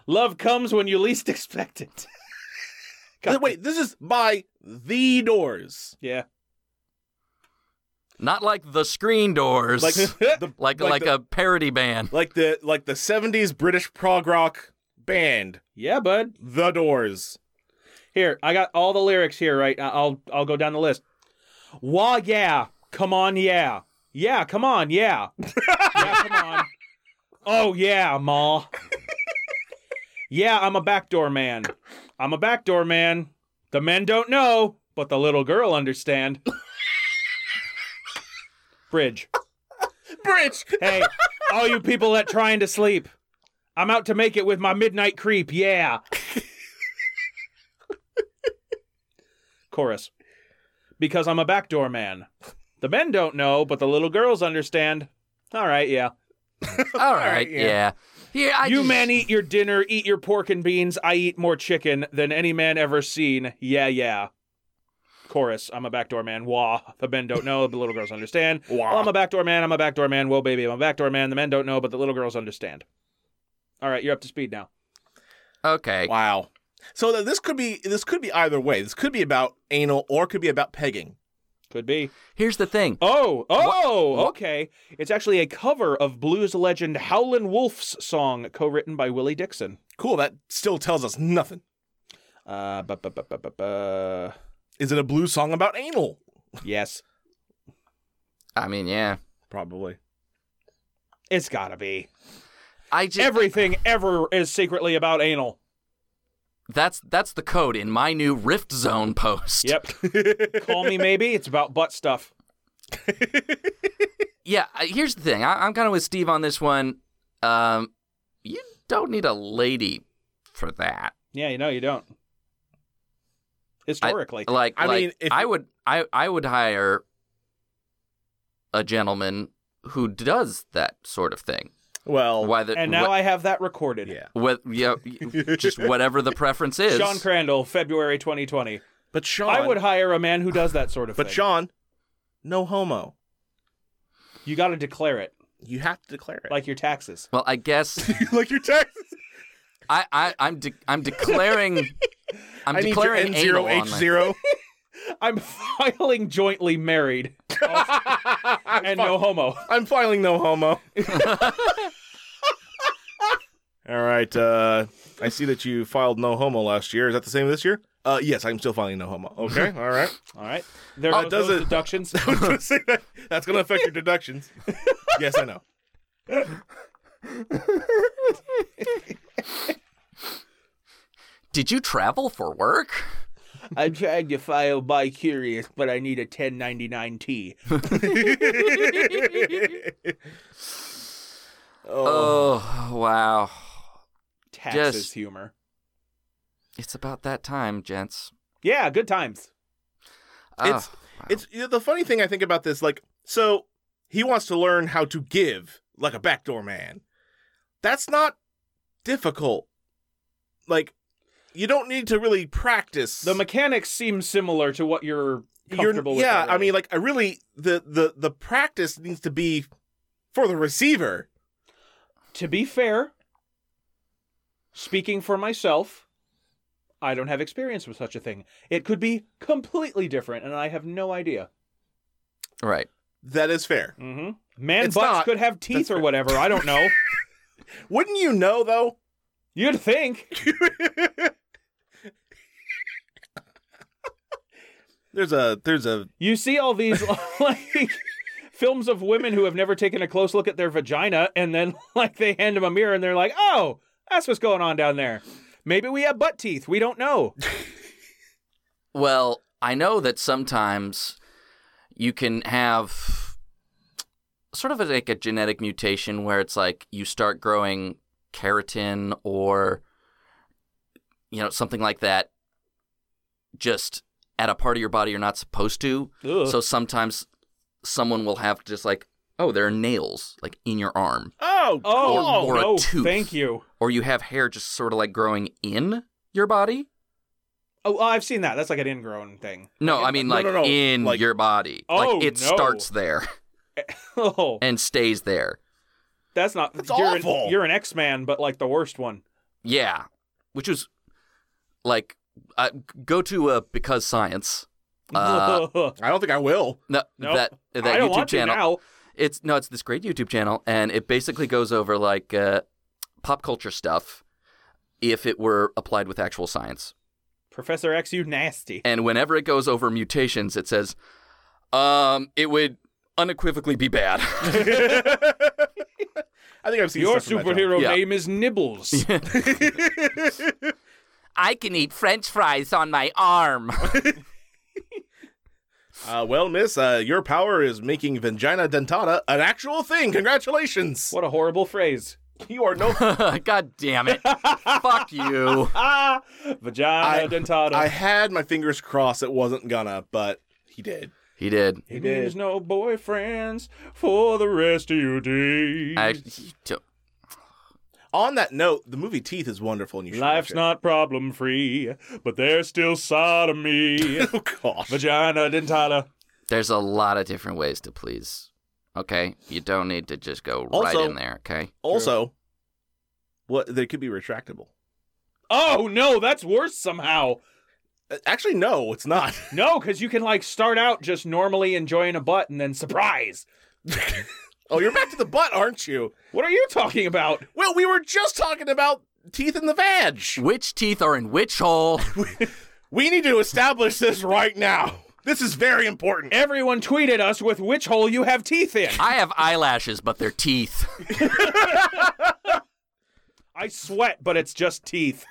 S3: Love comes when you least [laughs] expect it.
S4: Th- Wait, this is by The Doors.
S3: Yeah.
S5: not like the screen doors, [laughs]
S4: Like the,
S5: like,
S4: like
S5: like
S4: the-
S5: a
S4: [laughs]
S5: parody band.
S4: like the like the '70s British prog rock band,
S3: Yeah, bud.
S4: The Doors.
S3: Here, I got all the lyrics here. Right, I- I'll I'll go down the list. Wah yeah, come on yeah, yeah come on yeah, [laughs] yeah come on. Oh yeah, ma. Yeah, I'm a backdoor man. I'm a backdoor man. The men don't know, but the little girl understand. Bridge.
S4: Bridge.
S3: Hey, all you people that trying to sleep. I'm out to make it with my midnight creep. Yeah. Chorus. Because I'm a backdoor man. The men don't know, but the little girls understand. All right, yeah.
S5: All right,
S4: yeah.
S5: yeah. yeah. I
S3: you
S5: just-
S3: men eat your dinner, eat your pork and beans. I eat more chicken than any man ever seen. Yeah, yeah. Chorus. I'm a backdoor man. Wah. The men don't know, but the little girls understand.
S4: [laughs] Wah.
S3: Well, I'm a backdoor man. I'm a backdoor man. Whoa, baby, I'm a backdoor man. The men don't know, but the little girls understand. All right, you're up to speed now.
S5: Okay.
S4: Wow. So th- this could be this could be either way. This could be about anal or it could be about pegging.
S3: Could be.
S5: Here's the thing.
S3: Oh, oh, okay. It's actually a cover of blues legend Howlin' Wolf's song, co-written by Willie Dixon.
S4: Cool. That still tells us nothing.
S3: Uh, bu- bu- bu- bu- bu- bu-
S4: Is it a blues song about anal?
S3: yes,
S5: I mean, yeah.
S4: Probably. [laughs]
S3: it's gotta be.
S5: I just
S3: Everything ever is secretly about anal.
S5: that's that's the code in my new Rift Zone post.
S3: Yep. Call me maybe. It's about butt stuff.
S5: Yeah. I- Here's the thing. I, I'm kind of with Steve on this one. Um, you don't need a lady for that.
S3: Yeah, you know you don't. Historically,
S5: Like,
S4: I
S5: I
S4: mean,
S5: mean,
S4: if
S5: I
S4: you-
S5: would, I, I would hire a gentleman who does that sort of thing.
S4: Well,
S5: Why the
S3: and now
S5: wh-
S3: I have that recorded.
S4: yeah.
S5: what- yeah, just whatever the preference is.
S3: Sean Crandall, February 2020.
S4: But Sean,
S3: I would hire a man who does that sort of
S4: But
S3: thing.
S4: Sean, no homo.
S3: you got to declare it,
S4: You have to declare it.
S3: like your taxes.
S5: well, I guess
S4: [laughs] like your taxes.
S5: I,
S4: [laughs]
S5: I I'm de- I'm declaring I'm
S4: I need your
S5: declaring
S4: N zero
S5: anal
S4: H
S5: on my-
S4: zero.
S3: I'm [laughs] filing jointly
S4: [laughs]
S3: married and no homo.
S4: I'm filing no homo. All right. Uh, I see that you filed no homo last year. Is that the same this year? Uh, yes, I'm still filing no homo. Okay. All [laughs] right.
S3: All right. There
S4: Uh,
S3: goes
S4: does
S3: those
S4: it- [laughs]
S3: deductions.
S4: I was gonna say that. That's going to affect your deductions. [laughs] yes, I [laughs] know.
S5: Did you travel for work?
S3: [laughs] I'm trying to file bi curious, but I need a 1099T.
S5: Oh, wow.
S3: Taxes
S5: Yes.
S3: humor.
S5: It's about that time, gents.
S3: Yeah, good times.
S5: Oh,
S4: It's- It's you know, the funny thing I think about this. Like, so he wants to learn how to give like a backdoor man. That's not difficult. Like, you don't need to really practice
S3: The mechanics seem similar to what you're comfortable with.
S4: yeah, I
S3: already.
S4: mean, like, I really the the the practice needs to be for the receiver.
S3: to be fair, speaking for myself, I don't have experience with such a thing. It could be completely different, and I have no idea.
S5: right.
S4: That is fair.
S3: Mm-hmm. Man
S4: It's
S3: butts
S4: not.
S3: could have teeth or whatever. I don't
S4: [laughs]
S3: know.
S4: Wouldn't you know though?
S3: You'd think.
S4: There's a there's a
S3: You see all these [laughs] like films of women who have never taken a close look at their vagina, and then [laughs] like they hand them a mirror, and they're like, "Oh, that's what's going on down there." Maybe we have butt teeth. We don't know.
S5: Well, I know that sometimes you can have sort of like a genetic mutation where it's like you start growing keratin or you know something like that just at a part of your body you're not supposed to.
S3: Ugh.
S5: So sometimes someone will have just like oh there are nails like in your arm
S4: oh
S3: oh
S5: Or- or a
S3: no,
S5: tooth.
S3: thank you.
S5: or you have hair just sort of like growing in your body.
S3: Oh, I've seen that. That's like an ingrown thing. [laughs]
S5: No, I mean
S4: no,
S5: like
S4: no, no,
S5: in
S4: like-
S5: your body.
S3: Oh,
S5: like it
S3: no.
S5: starts there. [laughs]
S3: Oh,
S5: and stays there.
S3: That's not.
S4: That's
S3: you're an-
S4: awful.
S3: you're an X Man, but like the worst one.
S5: Yeah, which was like uh, go to uh, because science.
S3: [laughs]
S5: Uh,
S4: I don't think I will. [laughs]
S5: No,
S3: Nope.
S5: that that
S3: I don't
S5: YouTube
S3: want
S5: channel.
S3: to now.
S5: It's no, it's this great YouTube channel, and it basically goes over like uh, pop culture stuff if it were applied with actual science.
S3: Professor X, you nasty.
S5: And whenever it goes over mutations, it says, um, it would unequivocally be bad. [laughs]
S4: I think I've seen
S3: Your
S4: stuff from that
S3: superhero
S5: Yeah.
S3: name is Nibbles.
S5: [laughs] I can eat French fries on my
S3: [laughs]
S5: arm.
S4: channel. Uh, well, Miss, uh, your power is making vagina dentata an actual thing. Congratulations.
S3: what a horrible phrase.
S4: You are no.
S5: [laughs] God damn
S3: [laughs]
S5: it! Fuck you.
S3: Ah, vagina
S4: I-
S3: dentata.
S4: I had my fingers crossed it wasn't gonna, but he did.
S5: He did.
S3: it means no boyfriends for the rest of your days.
S5: I, you don't-
S4: On that note, the movie Teeth is wonderful, and you should
S3: Life's
S4: watch
S3: not problem free, but there's still
S4: [laughs]
S3: sodomy.
S4: it. [laughs] Oh gosh.
S3: vagina dentata.
S5: there's a lot of different ways to please. Okay, you don't need to just go right
S4: Also-
S5: in there. Okay,
S4: Also, what they could be retractable.
S3: Oh no, that's worse somehow.
S4: Uh, Actually, no, it's not.
S3: No, because you can like start out just normally enjoying a butt and then surprise.
S4: oh, you're back to the butt, aren't you?
S3: What are you talking about?
S4: Well, we were just talking about teeth in the vag.
S5: which teeth are in which [laughs] hole?
S4: We need to establish this right now. This is very important.
S3: Everyone tweeted us with which hole you have teeth in.
S5: I have eyelashes, but they're teeth.
S3: I sweat, but it's just teeth.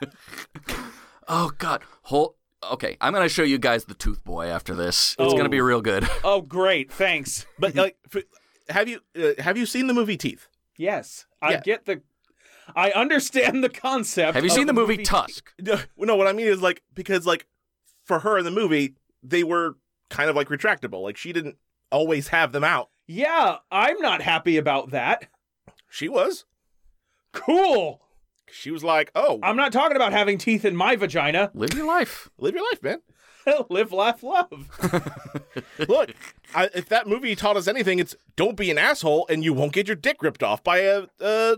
S5: Oh God, hole. Okay, I'm gonna show you guys the Tooth Boy after this. It's
S3: Oh.
S5: gonna be real good.
S3: Oh, great. Thanks.
S4: But like, f- have you uh, have you seen the movie Teeth?
S3: Yes. I
S4: Yeah.
S3: get the. I understand the concept.
S5: Have you
S3: of
S5: seen the movie, Tusk?
S4: No, no, what I mean is like because like for her in the movie they were kind of like retractable. Like she didn't always have them out.
S3: Yeah, I'm not happy about that.
S4: She was.
S3: Cool.
S4: She was like, oh,
S3: I'm not talking about having teeth in my vagina. [laughs]
S5: Live your life.
S4: live your life, man.
S3: Live, laugh, love.
S4: Look, I, if that movie taught us anything, it's don't be an asshole and you won't get your dick ripped off by a a,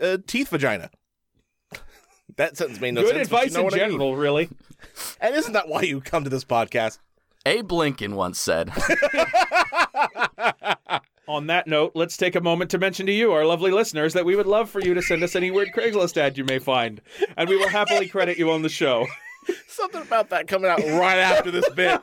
S4: a teeth vagina. [laughs] That sentence made no
S3: Good
S4: sense. but you
S3: advice
S4: know
S3: in
S4: what I mean.
S3: general, really.
S4: And isn't that why you come to this podcast?
S5: Abe Lincoln once [laughs] said,
S3: On that note, let's take a moment to mention to you, our lovely listeners, that we would love for you to send us any weird Craigslist ad you may find, and we will happily credit you on the show.
S6: Something about that coming out right after this
S3: [laughs]
S6: bit.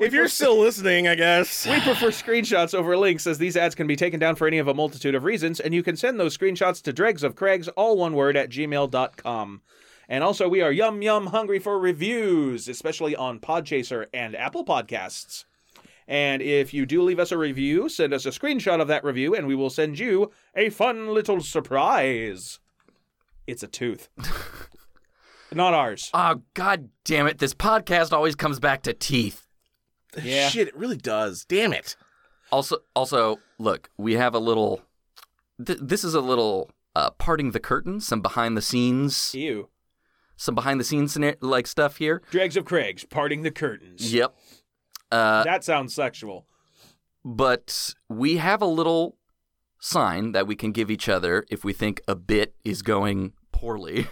S6: If you're still listening, I guess.
S3: We prefer screenshots over links, as these ads can be taken down for any of a multitude of reasons, and you can send those screenshots to dregs of Craigs, all one word, at gmail.com. And also, we are yum yum hungry for reviews, especially on Podchaser and Apple Podcasts. And if you do leave us a review, send us a screenshot of that review, and we will send you a fun little surprise. It's a tooth. Not ours.
S5: "Oh God damn it! This podcast always comes back to teeth."
S3: [laughs]
S4: Uh,
S3: Yeah.
S6: Shit, it really does. Damn it.
S5: Also, also, look, we have a little. Th- this is a little uh, parting the curtain, some behind the scenes,
S3: Ew.
S5: some behind the scenes like stuff here.
S3: Dregs of Craigs, parting the curtains.
S5: Yep. Uh,
S3: That sounds sexual. [laughs]
S5: but we have a little sign that we can give each other if we think a bit is going poorly.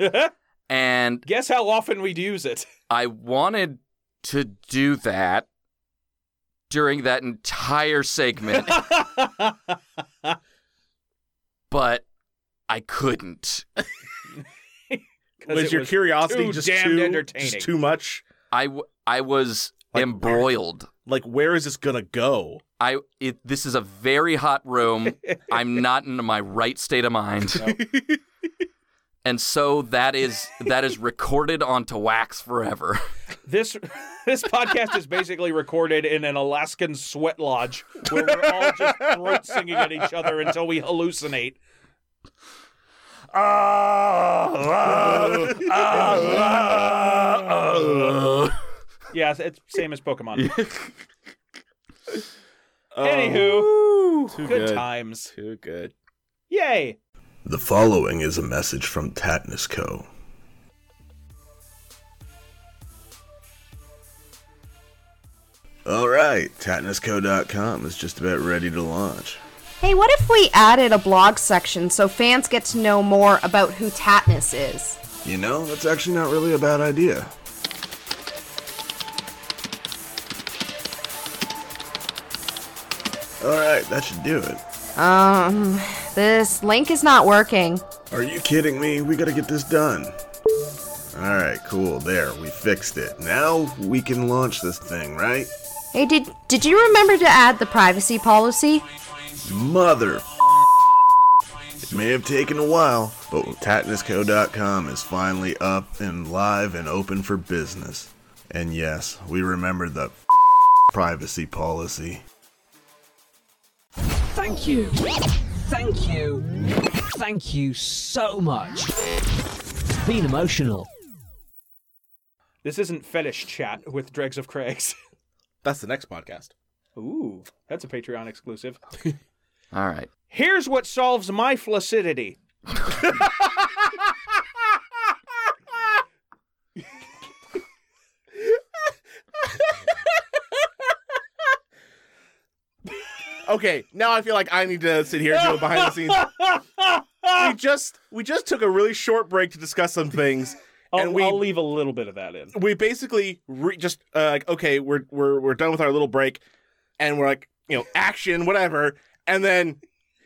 S5: [laughs] and
S3: Guess how often we'd use it. [laughs]
S5: I wanted to do that during that
S3: [laughs]
S5: entire segment, but I couldn't.
S6: Was your curiosity
S3: too
S6: just
S3: damned
S6: too
S3: entertaining.
S6: just too much?
S5: I, w- I was
S6: Like,
S5: embroiled.
S6: Like, where is this gonna go?
S5: I it, this is a very hot room. I'm not in my right state of mind. and so that is that is recorded onto wax forever.
S3: this [laughs] this podcast is basically recorded in an Alaskan sweat lodge where we're all
S6: [laughs]
S3: just throat singing at each other until we hallucinate. Yeah, it's- it's same as Pokemon. [laughs] Anywho, good,
S6: Oh, good.
S3: times.
S6: Too good.
S3: Yay!
S4: The following is a message from Tatnus Co. Alright, TatnusCo.com is just about ready to launch.
S7: Hey, what if we added a blog section so fans get to know more about who Tatnus is?
S4: You know, that's actually not really a bad idea. Alright, that should do it.
S7: Um, this link is not working.
S4: Are you kidding me? We gotta get this done. Alright, cool. There, we fixed it. Now we can launch this thing, right?
S7: Hey, did did you remember to add the privacy policy?
S4: Mother. It may have taken a while, but TatnusCo.com is finally up and live and open for business. And yes, we remembered the privacy policy.
S8: Thank you. Thank you. Thank you so much. It's been emotional.
S3: This isn't fetish chat with Dregs of Craigs. [laughs]
S6: That's the next podcast.
S3: Ooh, that's a Patreon exclusive.
S5: All right.
S3: Here's what solves my flaccidity.
S6: Okay, now I feel like I need to sit here and do a behind the
S3: [laughs]
S6: scenes. we just we just took a really short break to discuss some things,
S3: [laughs] I'll,
S6: and we
S3: I'll leave a little bit of that in.
S6: we basically re- just uh, like okay, we're we're we're done with our little break, and we're like you know action whatever, and then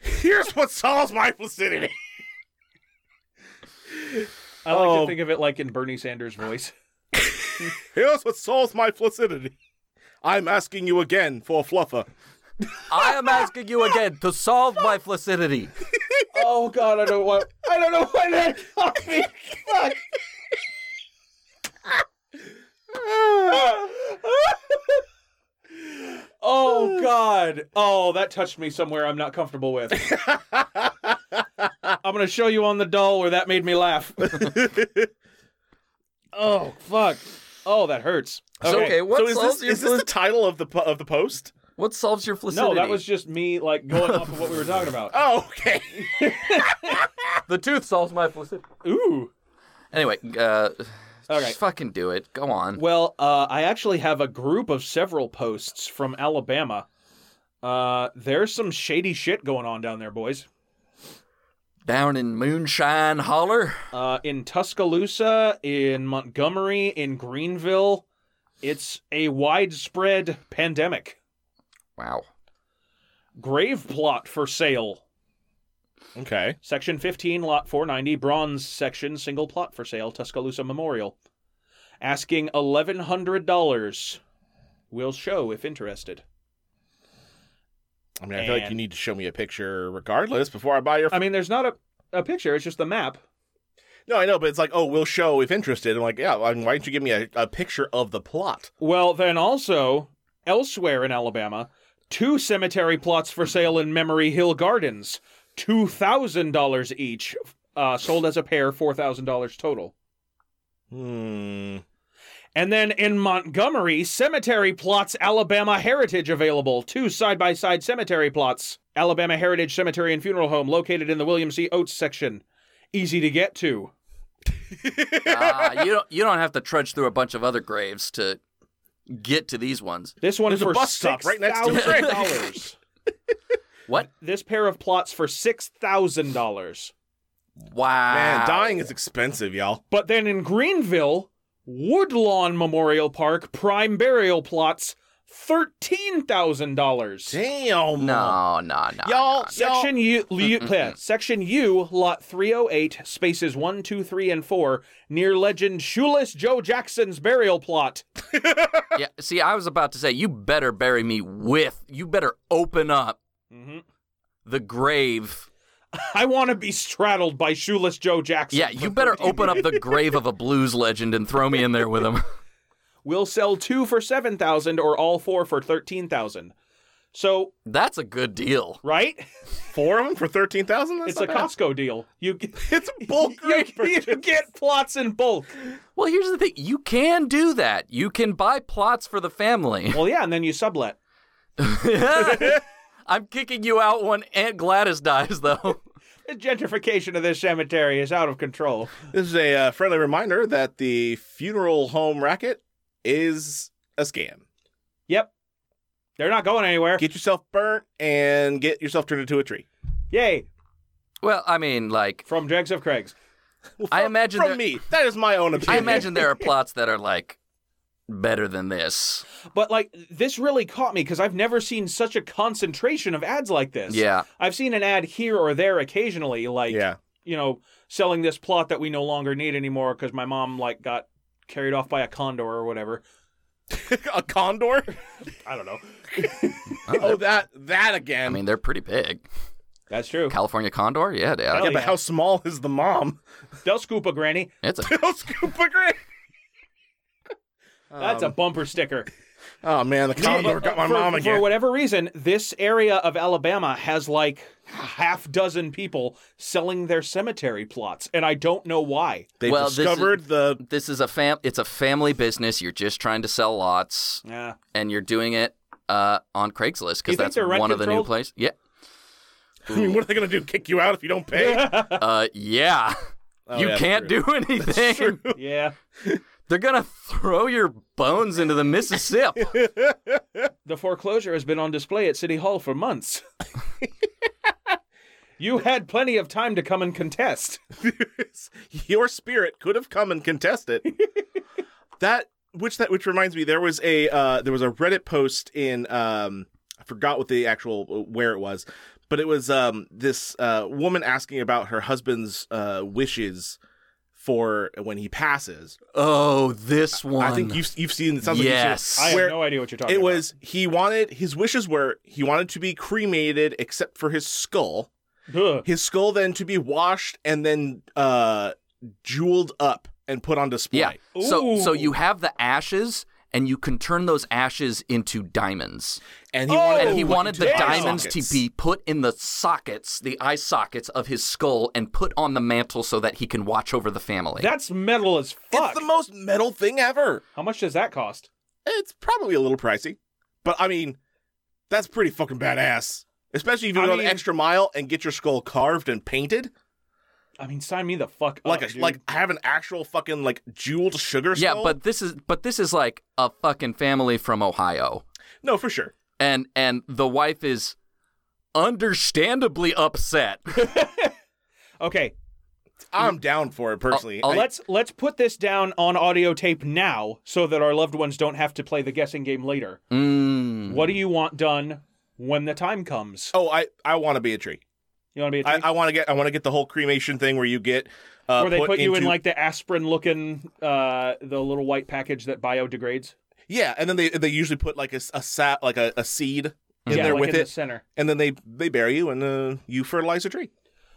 S6: here's what solves my placidity. [laughs]
S3: I like
S6: Oh.
S3: to think of it like in Bernie Sanders' voice.
S6: Here's what solves my placidity. I'm asking you again for a fluffer.
S5: I am asking you again to solve my flaccidity.
S3: [laughs] oh God, I don't [laughs] want. I don't know why that got me. Fuck. oh God. Oh, that touched me somewhere I'm not comfortable [laughs] with. I'm gonna show you on the doll where that made me [laughs] laugh. oh fuck. Oh, that hurts.
S5: So, okay, what
S6: [laughs] so is
S5: solves
S6: this,
S5: your
S6: is this
S5: flac-
S6: the title of the po- of the post?
S5: what solves your flaccidity?
S3: No, that was just me like going off of what we were talking
S5: [laughs]
S3: about.
S6: Oh, okay.
S5: the tooth solves my flaccidity.
S3: Ooh.
S5: Anyway, uh,
S3: All right.
S5: just fucking do it. Go on.
S3: Well, uh, I actually have a group of several posts from Alabama. Uh, there's some shady shit going on down there, boys.
S5: Down in Moonshine Holler.
S3: Uh, in Tuscaloosa, in Montgomery, in Greenville, It's a widespread pandemic.
S5: Wow.
S3: Grave plot for sale.
S6: Okay.
S3: Section 15, Lot 490, Bronze Section, single plot for sale, Tuscaloosa Memorial. Asking $1,100. Will show if interested.
S6: I mean, I feel like
S3: And-
S6: you need to show me a picture regardless before I buy your.
S3: I mean, there's not a, a picture, it's just the map.
S6: no, I know, but it's like, oh, we'll show if interested. I'm like, yeah. I mean, why don't you give me a, a picture of the plot?
S3: Well, then also, elsewhere in Alabama, two cemetery plots for sale in Memory Hill Gardens, $2,000 each, uh, sold as a pair, $4,000 total.
S6: Hmm.
S3: And then in Montgomery, Cemetery Plots Alabama Heritage available. Two side by side cemetery plots. Alabama Heritage Cemetery and Funeral Home located in the William C. Oates section. Easy to get to.
S5: Ah, you don't you don't have to trudge through a bunch of other graves to get to these ones.
S3: This one
S6: There's a
S3: for
S6: bus stop right next to it.
S3: $6,000.
S5: What?
S3: this pair of plots for $6,000.
S5: Wow.
S6: Man, dying is expensive, y'all.
S3: But then in Greenville, Woodlawn Memorial Park prime burial plots, $13,000.
S6: Damn.
S5: No, no, no.
S6: Y'all, y'all.
S3: Section U, li- bleh. Section U, lot 308, spaces 1, 2, 3, and 4, near legend Shoeless Joe Jackson's burial plot.
S5: Yeah, see, I was about to say, you better bury me with, you better open up
S6: Mm-hmm.
S3: Mhm.
S5: the grave.
S3: I want to be straddled by Shoeless Joe Jackson.
S5: Yeah,
S3: for
S5: you better
S3: 13.
S5: open up the grave of a blues legend and throw me in there with him. [laughs]
S3: We'll sell two for 7000 or all four for 13000 So,
S5: That's a good deal.
S3: right?
S6: Four of them for thirteen thousand.
S3: It's a Costco deal. You, g-
S6: [laughs] It's a bulk
S3: [laughs] you,
S6: grave
S3: you get plots in bulk.
S5: Well, here's the thing you can do that. You can buy plots for the family. [laughs]
S3: Well, yeah, and then you sublet.
S5: I'm kicking you out when Aunt Gladys dies, though. [laughs]
S3: The gentrification of this cemetery is out of control.
S6: This is a uh, friendly reminder that the funeral home racket is a scam.
S3: Yep. They're not going anywhere.
S6: Get yourself burnt and get yourself turned into a tree.
S3: Yay.
S5: Well, I mean, like,
S3: From Dregs of Craig's.
S6: Well,
S5: I
S6: from-
S5: imagine
S6: from
S5: there-
S6: me. That is my own opinion.
S5: I imagine there are plots that are, like, better than this.
S3: But like this really caught me because I've never seen such a concentration of ads like this.
S5: Yeah.
S3: I've seen an ad here or there occasionally, like
S6: Yeah.
S3: you know, selling this plot that we no longer need anymore because my mom like got carried off by a condor or whatever.
S6: [laughs] a condor.
S3: I don't know.
S6: Oh, that that again.
S5: I mean, they're pretty big.
S3: That's true.
S5: California Condor? Yeah, they
S6: yeah,
S5: are.
S3: hell
S6: but
S3: yeah.
S6: how small is the [laughs] mom?
S3: Del Scupa Granny.
S5: [laughs] It's
S3: [laughs]
S5: a
S6: Bill Scooper Gray.
S3: That's a bumper sticker.
S6: Oh man, the condor got my
S3: for,
S6: mom
S3: for
S6: again.
S3: whatever reason, this area of Alabama has like half dozen people selling their cemetery plots, and I don't know why.
S6: They
S5: Well, this is-
S6: discovered the
S5: this is a fam it's a family business you're just trying to sell lots
S3: Yeah.
S5: and you're doing it uh, on craigslist
S3: You think
S5: because that's
S3: they're rent
S5: one of the new
S3: controlled?
S5: places
S3: [laughs]
S5: yeah
S6: I mean, what are they gonna do? Kick you out if you don't pay?
S5: uh, yeah
S6: Oh,
S5: you
S6: yeah,
S5: can't
S6: true.
S3: [laughs]
S5: do anything
S3: [laughs] Yeah.
S5: [laughs] they're gonna throw your bones into
S3: [laughs]
S5: the mississippi
S3: The foreclosure has been on display at City Hall for
S6: [laughs]
S3: months. you had plenty of time to come and contest.
S6: [laughs] Your spirit could have come and [laughs] contested. that which that which reminds me, there was a uh, there was a Reddit post in um, I forgot what the actual uh, where it was, but it was um, this uh, woman asking about her husband's uh, wishes for when he passes.
S5: oh this one
S6: I think you've you've seen it sounds
S5: Yes.
S6: like
S3: I
S6: you've seen it,
S3: have no idea what you're talking
S6: it
S3: about.
S6: was he wanted his wishes were he wanted to be cremated except for his skull.
S3: Ugh.
S6: His skull then to be washed and then uh jeweled up and put on
S5: [laughs]
S6: display.
S5: yeah so so
S3: Ooh.
S5: you have the ashes and you can turn those ashes into diamonds
S6: And he
S3: Oh,
S6: wanted
S5: and
S6: to
S5: he
S6: put
S5: wanted
S6: into
S5: the diamonds
S6: sockets.
S5: to be put in the sockets the eye sockets of his skull and put on the mantle so that he can watch over the family
S3: That's metal as fuck.
S6: It's the most metal thing ever.
S3: How much does that cost?
S6: It's probably a little pricey, but I mean, that's pretty fucking badass. Especially if you
S3: I
S6: go
S3: mean-
S6: the extra mile and get your skull carved and painted,
S3: I mean, sign me the fuck
S6: like
S3: up.
S6: a,
S3: dude.
S6: like have an actual fucking like jeweled sugar
S5: Yeah,
S6: skull.
S5: but this is but this is like a fucking family from Ohio.
S6: no, for sure.
S5: And and the
S3: [laughs]
S5: wife is understandably upset.
S3: Okay.
S6: I'm down for it personally.
S5: I'll-
S6: I-
S3: Let's let's put this down on audio tape now so that our loved ones don't have to play the guessing game later.
S5: Mm.
S3: What do you want done when the time comes?
S6: Mm-hmm. oh, I I want to be a tree.
S3: You want to be a tree?
S6: I, I want to get I want to get the whole cremation thing where you get uh,
S3: Where they put, you in
S6: into-
S3: like the aspirin looking uh the little white package that biodegrades.
S6: yeah, and then they they usually put like a, s- a sap like a, a seed in
S3: yeah,
S6: there
S3: like
S6: with
S3: in
S6: it,
S3: the center.
S6: and then they they bury you and uh, you fertilize a tree.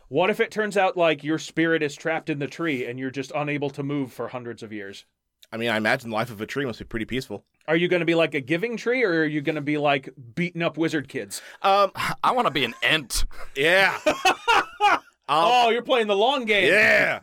S3: What if it turns out like your spirit is trapped in the tree and you're just unable to move for hundreds of years?
S6: I mean, I imagine the life of a tree must be pretty peaceful.
S3: Are you going to be like a giving tree or are you going to be like beating up wizard kids?
S6: Um,
S5: I want to be an ent.
S6: yeah,
S3: oh, you're playing the long game.
S6: [laughs]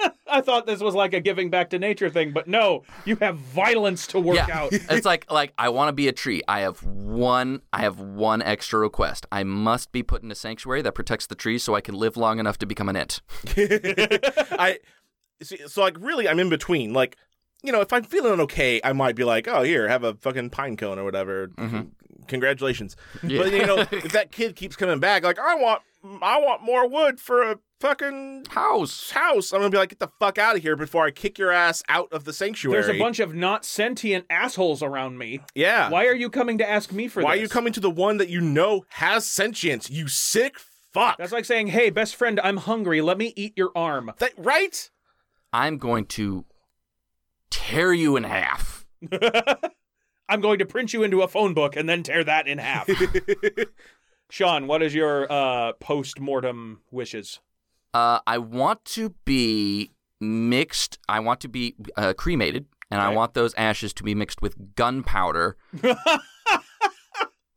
S6: Um, yeah.
S3: I thought this was like a giving back to nature thing, but no, you have violence to work
S6: [laughs]
S3: out.
S5: [laughs] it's like like I want to be a tree. I have one I have one extra request. I must be put in a sanctuary that protects the trees so I can live long enough to become an ent.
S6: [laughs] I see, so like really, I'm in between. Like, you know, if I'm feeling okay, I might be like, oh, here, have a fucking pine cone or whatever.
S3: Mm-hmm.
S6: Congratulations.
S5: Yeah.
S6: But
S3: [laughs]
S6: you know, if that kid keeps coming back, like, I want, I want more wood for a fucking
S5: House.
S6: house. I'm gonna be like, get the fuck out of here before I kick your ass out of the sanctuary.
S3: There's a bunch of not sentient assholes around me.
S6: Yeah.
S3: Why are you coming to ask me for
S6: Why
S3: this?
S6: are you coming to the one that you know has sentience? You sick fuck.
S3: That's like saying, "Hey, best friend, I'm hungry. Let me eat your arm."
S6: that right?
S5: I'm going to tear you in half.
S3: I'm going to print you into a phone book and then tear that in
S6: [laughs]
S3: half. Sean, what is your uh, post-mortem wishes?
S5: Uh, I want to be mixed. I want to be uh, cremated, and I want those ashes to be mixed with gunpowder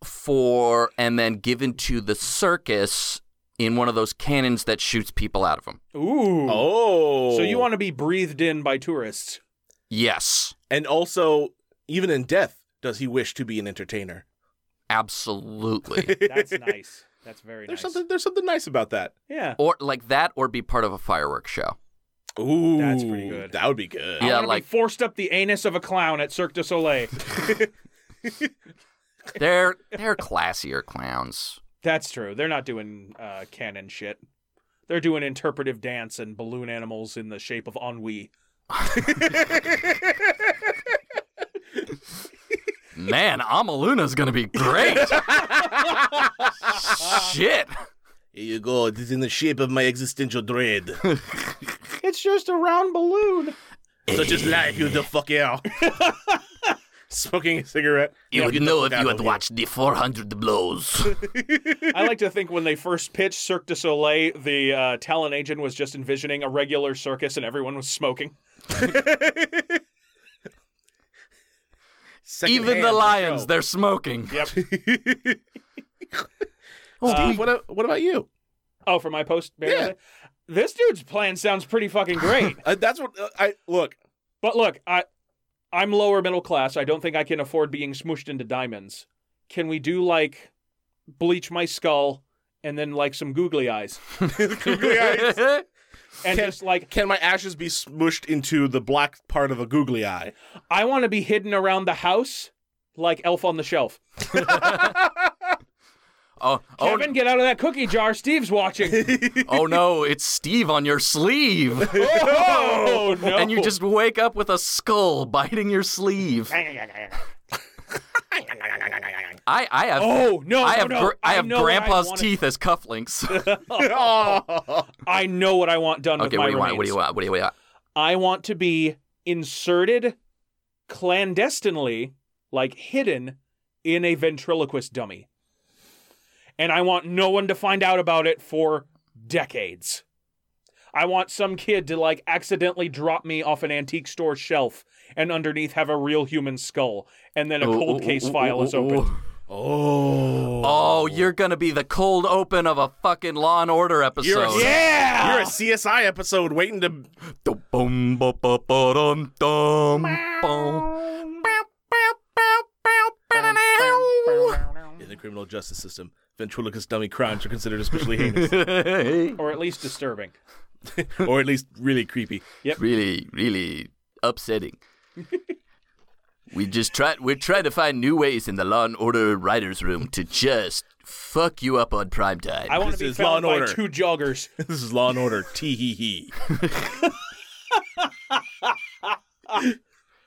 S5: for, and then given to the circus in one of those cannons that shoots people out of them.
S3: Ooh.
S6: Oh.
S3: So you want to be breathed in by tourists?
S5: Yes,
S6: And also, even in death, does he wish to be an entertainer?
S5: absolutely.
S6: [laughs]
S3: That's nice. That's very
S6: There's
S3: nice.
S6: something Oh, there's something nice about that.
S3: Yeah.
S5: or like that, or be part of a fireworks show.
S6: Ooh.
S3: That's pretty good.
S6: That would be good.
S3: I
S5: Yeah,
S3: wanna be
S5: like-
S3: forced up the anus of a clown at Cirque du Soleil.
S5: They're they're classier clowns.
S3: That's true. They're not doing uh, canon shit. They're doing interpretive dance and balloon animals in the shape of ennui.
S5: Man, Amaluna's gonna be great. Shit.
S6: Here you go. It is in the shape of my existential [laughs] dread.
S3: It's just a round
S6: [laughs]
S3: balloon.
S6: so just life, you the fuck out. [laughs] Smoking a cigarette.
S5: You
S6: Yeah,
S5: would
S6: get the
S5: know
S6: fuck
S5: if
S6: out
S5: you
S6: of
S5: had
S6: here.
S5: watched the 400 blows.
S3: I like to think when they first pitched Cirque du Soleil, the uh, talent agent was just envisioning a regular circus and everyone was smoking.
S6: Secondhand
S5: Even the
S6: for
S5: lions,
S6: show.
S5: they're smoking.
S3: Yep.
S6: [laughs] Steve, Uh, what, a- what about you?
S3: oh, for my post.
S6: Yeah.
S3: This dude's plan sounds pretty fucking
S6: [laughs]
S3: great.
S6: Uh, that's what uh, I look.
S3: But look, I I'm lower middle class. I don't think I can afford being smooshed into diamonds. Can we do like bleach my skull and then like some googly eyes
S6: [laughs] Googly eyes.
S3: and just like
S6: Can my ashes be smushed into the black part of a googly eye?
S3: I want to be hidden around the house like elf on the shelf.
S5: [laughs] oh, oh,
S3: Kevin, get out of that cookie jar. Steve's watching.
S5: oh no, it's Steve on your sleeve.
S3: [laughs]
S6: [laughs]
S3: oh [laughs] no.
S5: And you just wake up with a skull biting
S3: [laughs]
S5: your sleeve. I, I have,
S3: Oh no.
S5: I have,
S3: no, no.
S5: gr- I have
S3: know what
S5: grandpa's
S3: wanna-
S5: teeth
S3: [laughs]
S5: as cufflinks. okay,
S6: Oh.
S3: I know what I want done with my
S5: what do you want? What do you
S3: remains.
S5: want? What do you want?
S3: I want to be inserted clandestinely, like hidden in a ventriloquist dummy. And I want no one to find out about it for decades. I want some kid to like accidentally drop me off an antique store shelf and underneath have a real human skull and then a
S5: Ooh,
S3: cold
S5: ooh,
S3: case
S5: ooh,
S3: file
S5: ooh,
S3: is
S5: ooh,
S3: opened.
S6: [laughs]
S5: ooh.
S6: Oh,
S5: Oh, you're gonna be the cold open of a fucking Law and Order episode.
S6: you're a,
S3: Yeah!
S6: you're a CSI episode waiting to.
S5: Dum-bum, ba-ba-ba-dum, dum, bum. Bow, bow, bow, bow, ba-da-dow.
S6: In the criminal justice system, ventriloquist dummy crimes are considered especially heinous,
S5: [laughs]
S3: Or at least disturbing.
S6: or at least really creepy.
S5: Really, really upsetting. We just try we're trying to find new ways in the Law and Order writers room to just fuck you up on prime time.
S3: I want to
S6: This
S3: be
S6: is Law
S3: found
S6: and
S3: by
S6: Order.
S3: two joggers.
S6: This is Law and Order. Tee hee hee.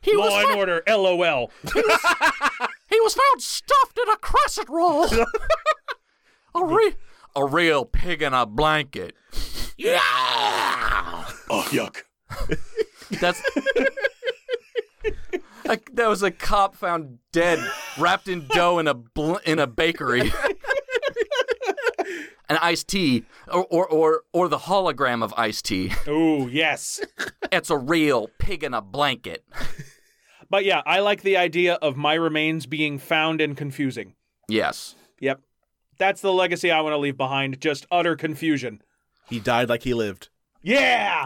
S5: he
S3: Law and Order. [laughs] LOL.
S5: he was found stuffed in a
S3: [laughs]
S5: crescent roll. a re- a real pig in a blanket. Yeah.
S6: Oh yuck!
S5: That's [laughs] a, that was a cop found dead, wrapped in dough in a bl- in a bakery. [laughs] An iced tea, or, or or or the hologram of iced tea.
S3: Ooh, yes.
S5: It's a real pig in a blanket.
S3: But yeah, I like the idea of my remains being found and confusing.
S5: Yes,
S3: Yep. That's the legacy I want to leave behind. Just utter confusion.
S6: He died like he lived.
S3: Yeah.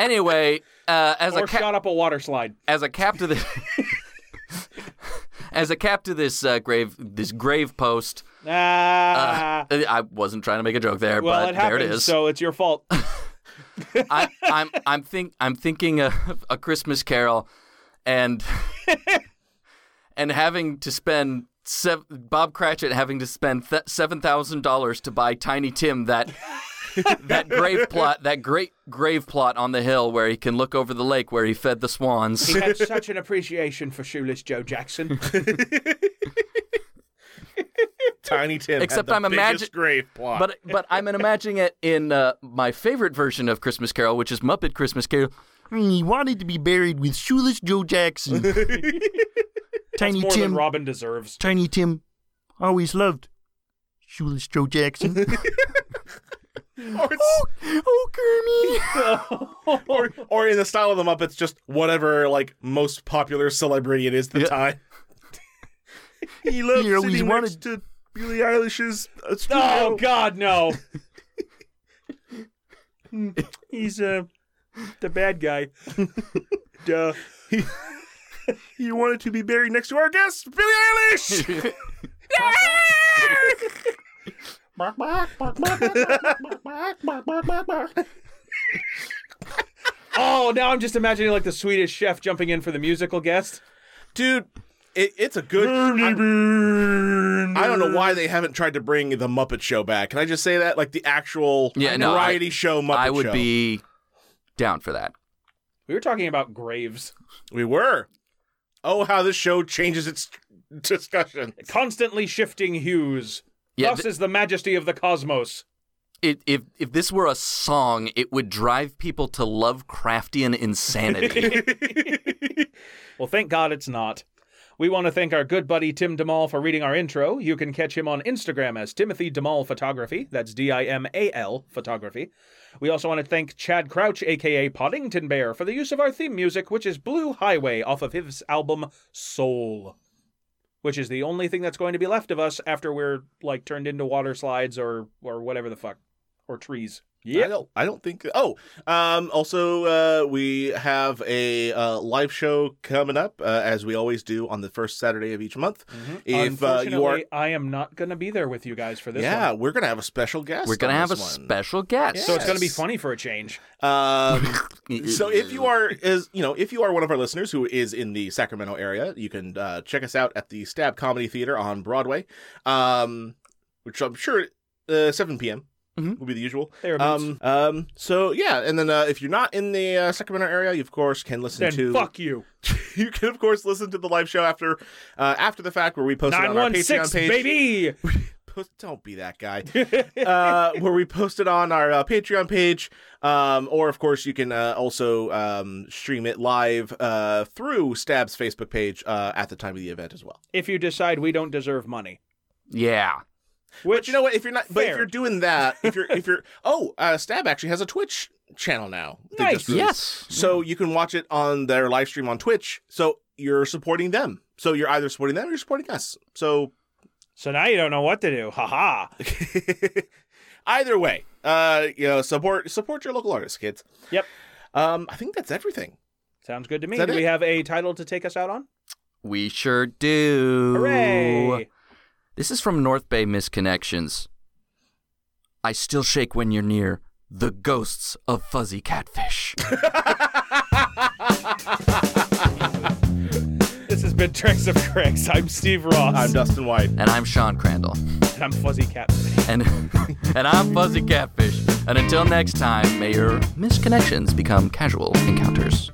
S5: Anyway, uh, as
S3: or
S5: a cap
S3: shot up a water slide.
S5: as a cap to this [laughs] as a cap to this uh, grave this grave post,
S3: Ah.
S5: uh, I wasn't trying to make a joke there,
S3: well,
S5: but
S3: it happened,
S5: there it is.
S3: so it's your fault.
S5: I, I'm I'm think I'm thinking of a Christmas Carol, and and having to spend sev- Bob Cratchit having to spend th- seven thousand dollars to buy Tiny Tim that that grave plot that great grave plot on the hill where he can look over the lake where he fed the swans.
S3: he had such an appreciation for shoeless Joe Jackson.
S6: Tiny Tim.
S5: Except
S6: had the
S5: I'm
S6: biggest
S5: imagine-
S6: grave plot.
S5: But but I'm imagining it in uh, my favorite version of Christmas Carol, which is Muppet Christmas Carol. He wanted to be buried with shoeless
S3: [laughs]
S5: Joe Jackson. Tiny
S3: More than Robin deserves.
S5: Tiny Tim always loved shoeless Joe Jackson.
S3: [laughs]
S5: oh, oh, Kermit.
S6: or, or in the style of the Muppets, just whatever like most popular celebrity it is at the
S5: Yeah.
S6: time. he loves
S5: He always sitting next wanted-
S6: to Billie Eilish's.
S3: Oh God,
S5: [laughs]
S3: no. He's uh, the bad guy. Duh.
S6: [laughs] he wanted to be buried next to our guest, Billie Eilish.
S3: Oh, now I'm just imagining like the Swedish chef jumping in for the musical guest.
S6: [laughs] Dude, it, it's a good. I, I don't know why they haven't tried to bring the Muppet Show back. Can I just say that, like the actual
S5: Yeah, no,
S6: variety
S5: I-
S6: show Muppet
S5: I would
S6: Show.
S5: be down for that.
S3: We were talking about graves.
S6: We were. Oh, how this show changes its [laughs] discussion.
S3: Constantly shifting hues.
S5: Yeah,
S3: Thus
S5: th-
S3: is the majesty of the cosmos.
S5: If, if if this were a song, it would drive people to Lovecraftian
S3: [laughs]
S5: insanity.
S3: Well, thank God it's not. We want to thank our good buddy Tim DeMall for reading our intro. You can catch him on Instagram as Timothy DeMall Photography. That's D I M A L Photography. We also want to thank Chad Crouch, aka Poddington Bear, for the use of our theme music, which is Blue Highway off of his album Soul, which is the only thing that's going to be left of us after we're like turned into water slides or or whatever the fuck or trees.
S6: I don't. I don't think. Oh, um, also uh, we have a uh, live show coming up uh, as we always do on the first Saturday of each month. If uh, you are,
S3: Unfortunately, I am not going to be there with you guys for this
S6: yeah,
S3: one.
S6: we're gonna have a special guest.
S5: We're gonna
S6: on
S5: have a
S6: this one.
S5: special guest.
S3: So it's going to be
S6: Yes.
S3: funny for a change.
S5: [laughs]
S6: Um, so if you are is you know if you are one of our listeners who is in the Sacramento area, you can uh, check us out at the Stab Comedy Theater on Broadway, um, which I'm sure uh, 7 p.m.
S5: Mhm.
S6: will be the usual.
S3: Thereabouts.
S6: Um, um, so yeah, and then uh, if you're not in the uh, Sacramento area, you of course can listen
S3: Then
S6: to.
S3: fuck you.
S6: [laughs] you can of course listen to the live show after uh, after the fact where we post it on our Patreon
S3: 916,
S6: page.
S3: baby.
S6: Post, don't be that guy.
S3: [laughs]
S6: uh, where we post it on our uh, Patreon page, um, or of course you can uh, also um, stream it live uh, through Stab's Facebook page uh, at the time of the event as well.
S3: If you decide we don't deserve money.
S5: yeah,
S3: Which,
S6: But you know what? If you're not, but if
S3: Fair.
S6: you're doing that, if you're if you're
S3: [laughs]
S6: oh, uh, Stab actually has a Twitch channel now. They
S3: Nice.
S6: just released.
S5: yes,
S6: So you can watch it on their live stream on Twitch. So you're supporting them. So you're either supporting them or you're supporting us. So
S3: So now you don't know what to do. Haha.
S6: [laughs] either way, uh, you know, support support your local artists, kids.
S3: Yep.
S6: Um, I think that's everything.
S3: Sounds good to me.
S6: Is that
S3: Do we
S6: it?
S3: have a title to take us out on?
S5: we sure do.
S3: Hooray.
S5: This is from North Bay Misconnections. I still shake when you're near the ghosts of fuzzy catfish.
S3: been Tricks of Cricks. I'm Steve Ross.
S4: I'm Dustin White.
S5: And I'm Sean Crandall.
S3: And I'm Fuzzy Cat.
S5: And, [laughs] and I'm Fuzzy Catfish. And until next time, may your misconnections become casual encounters.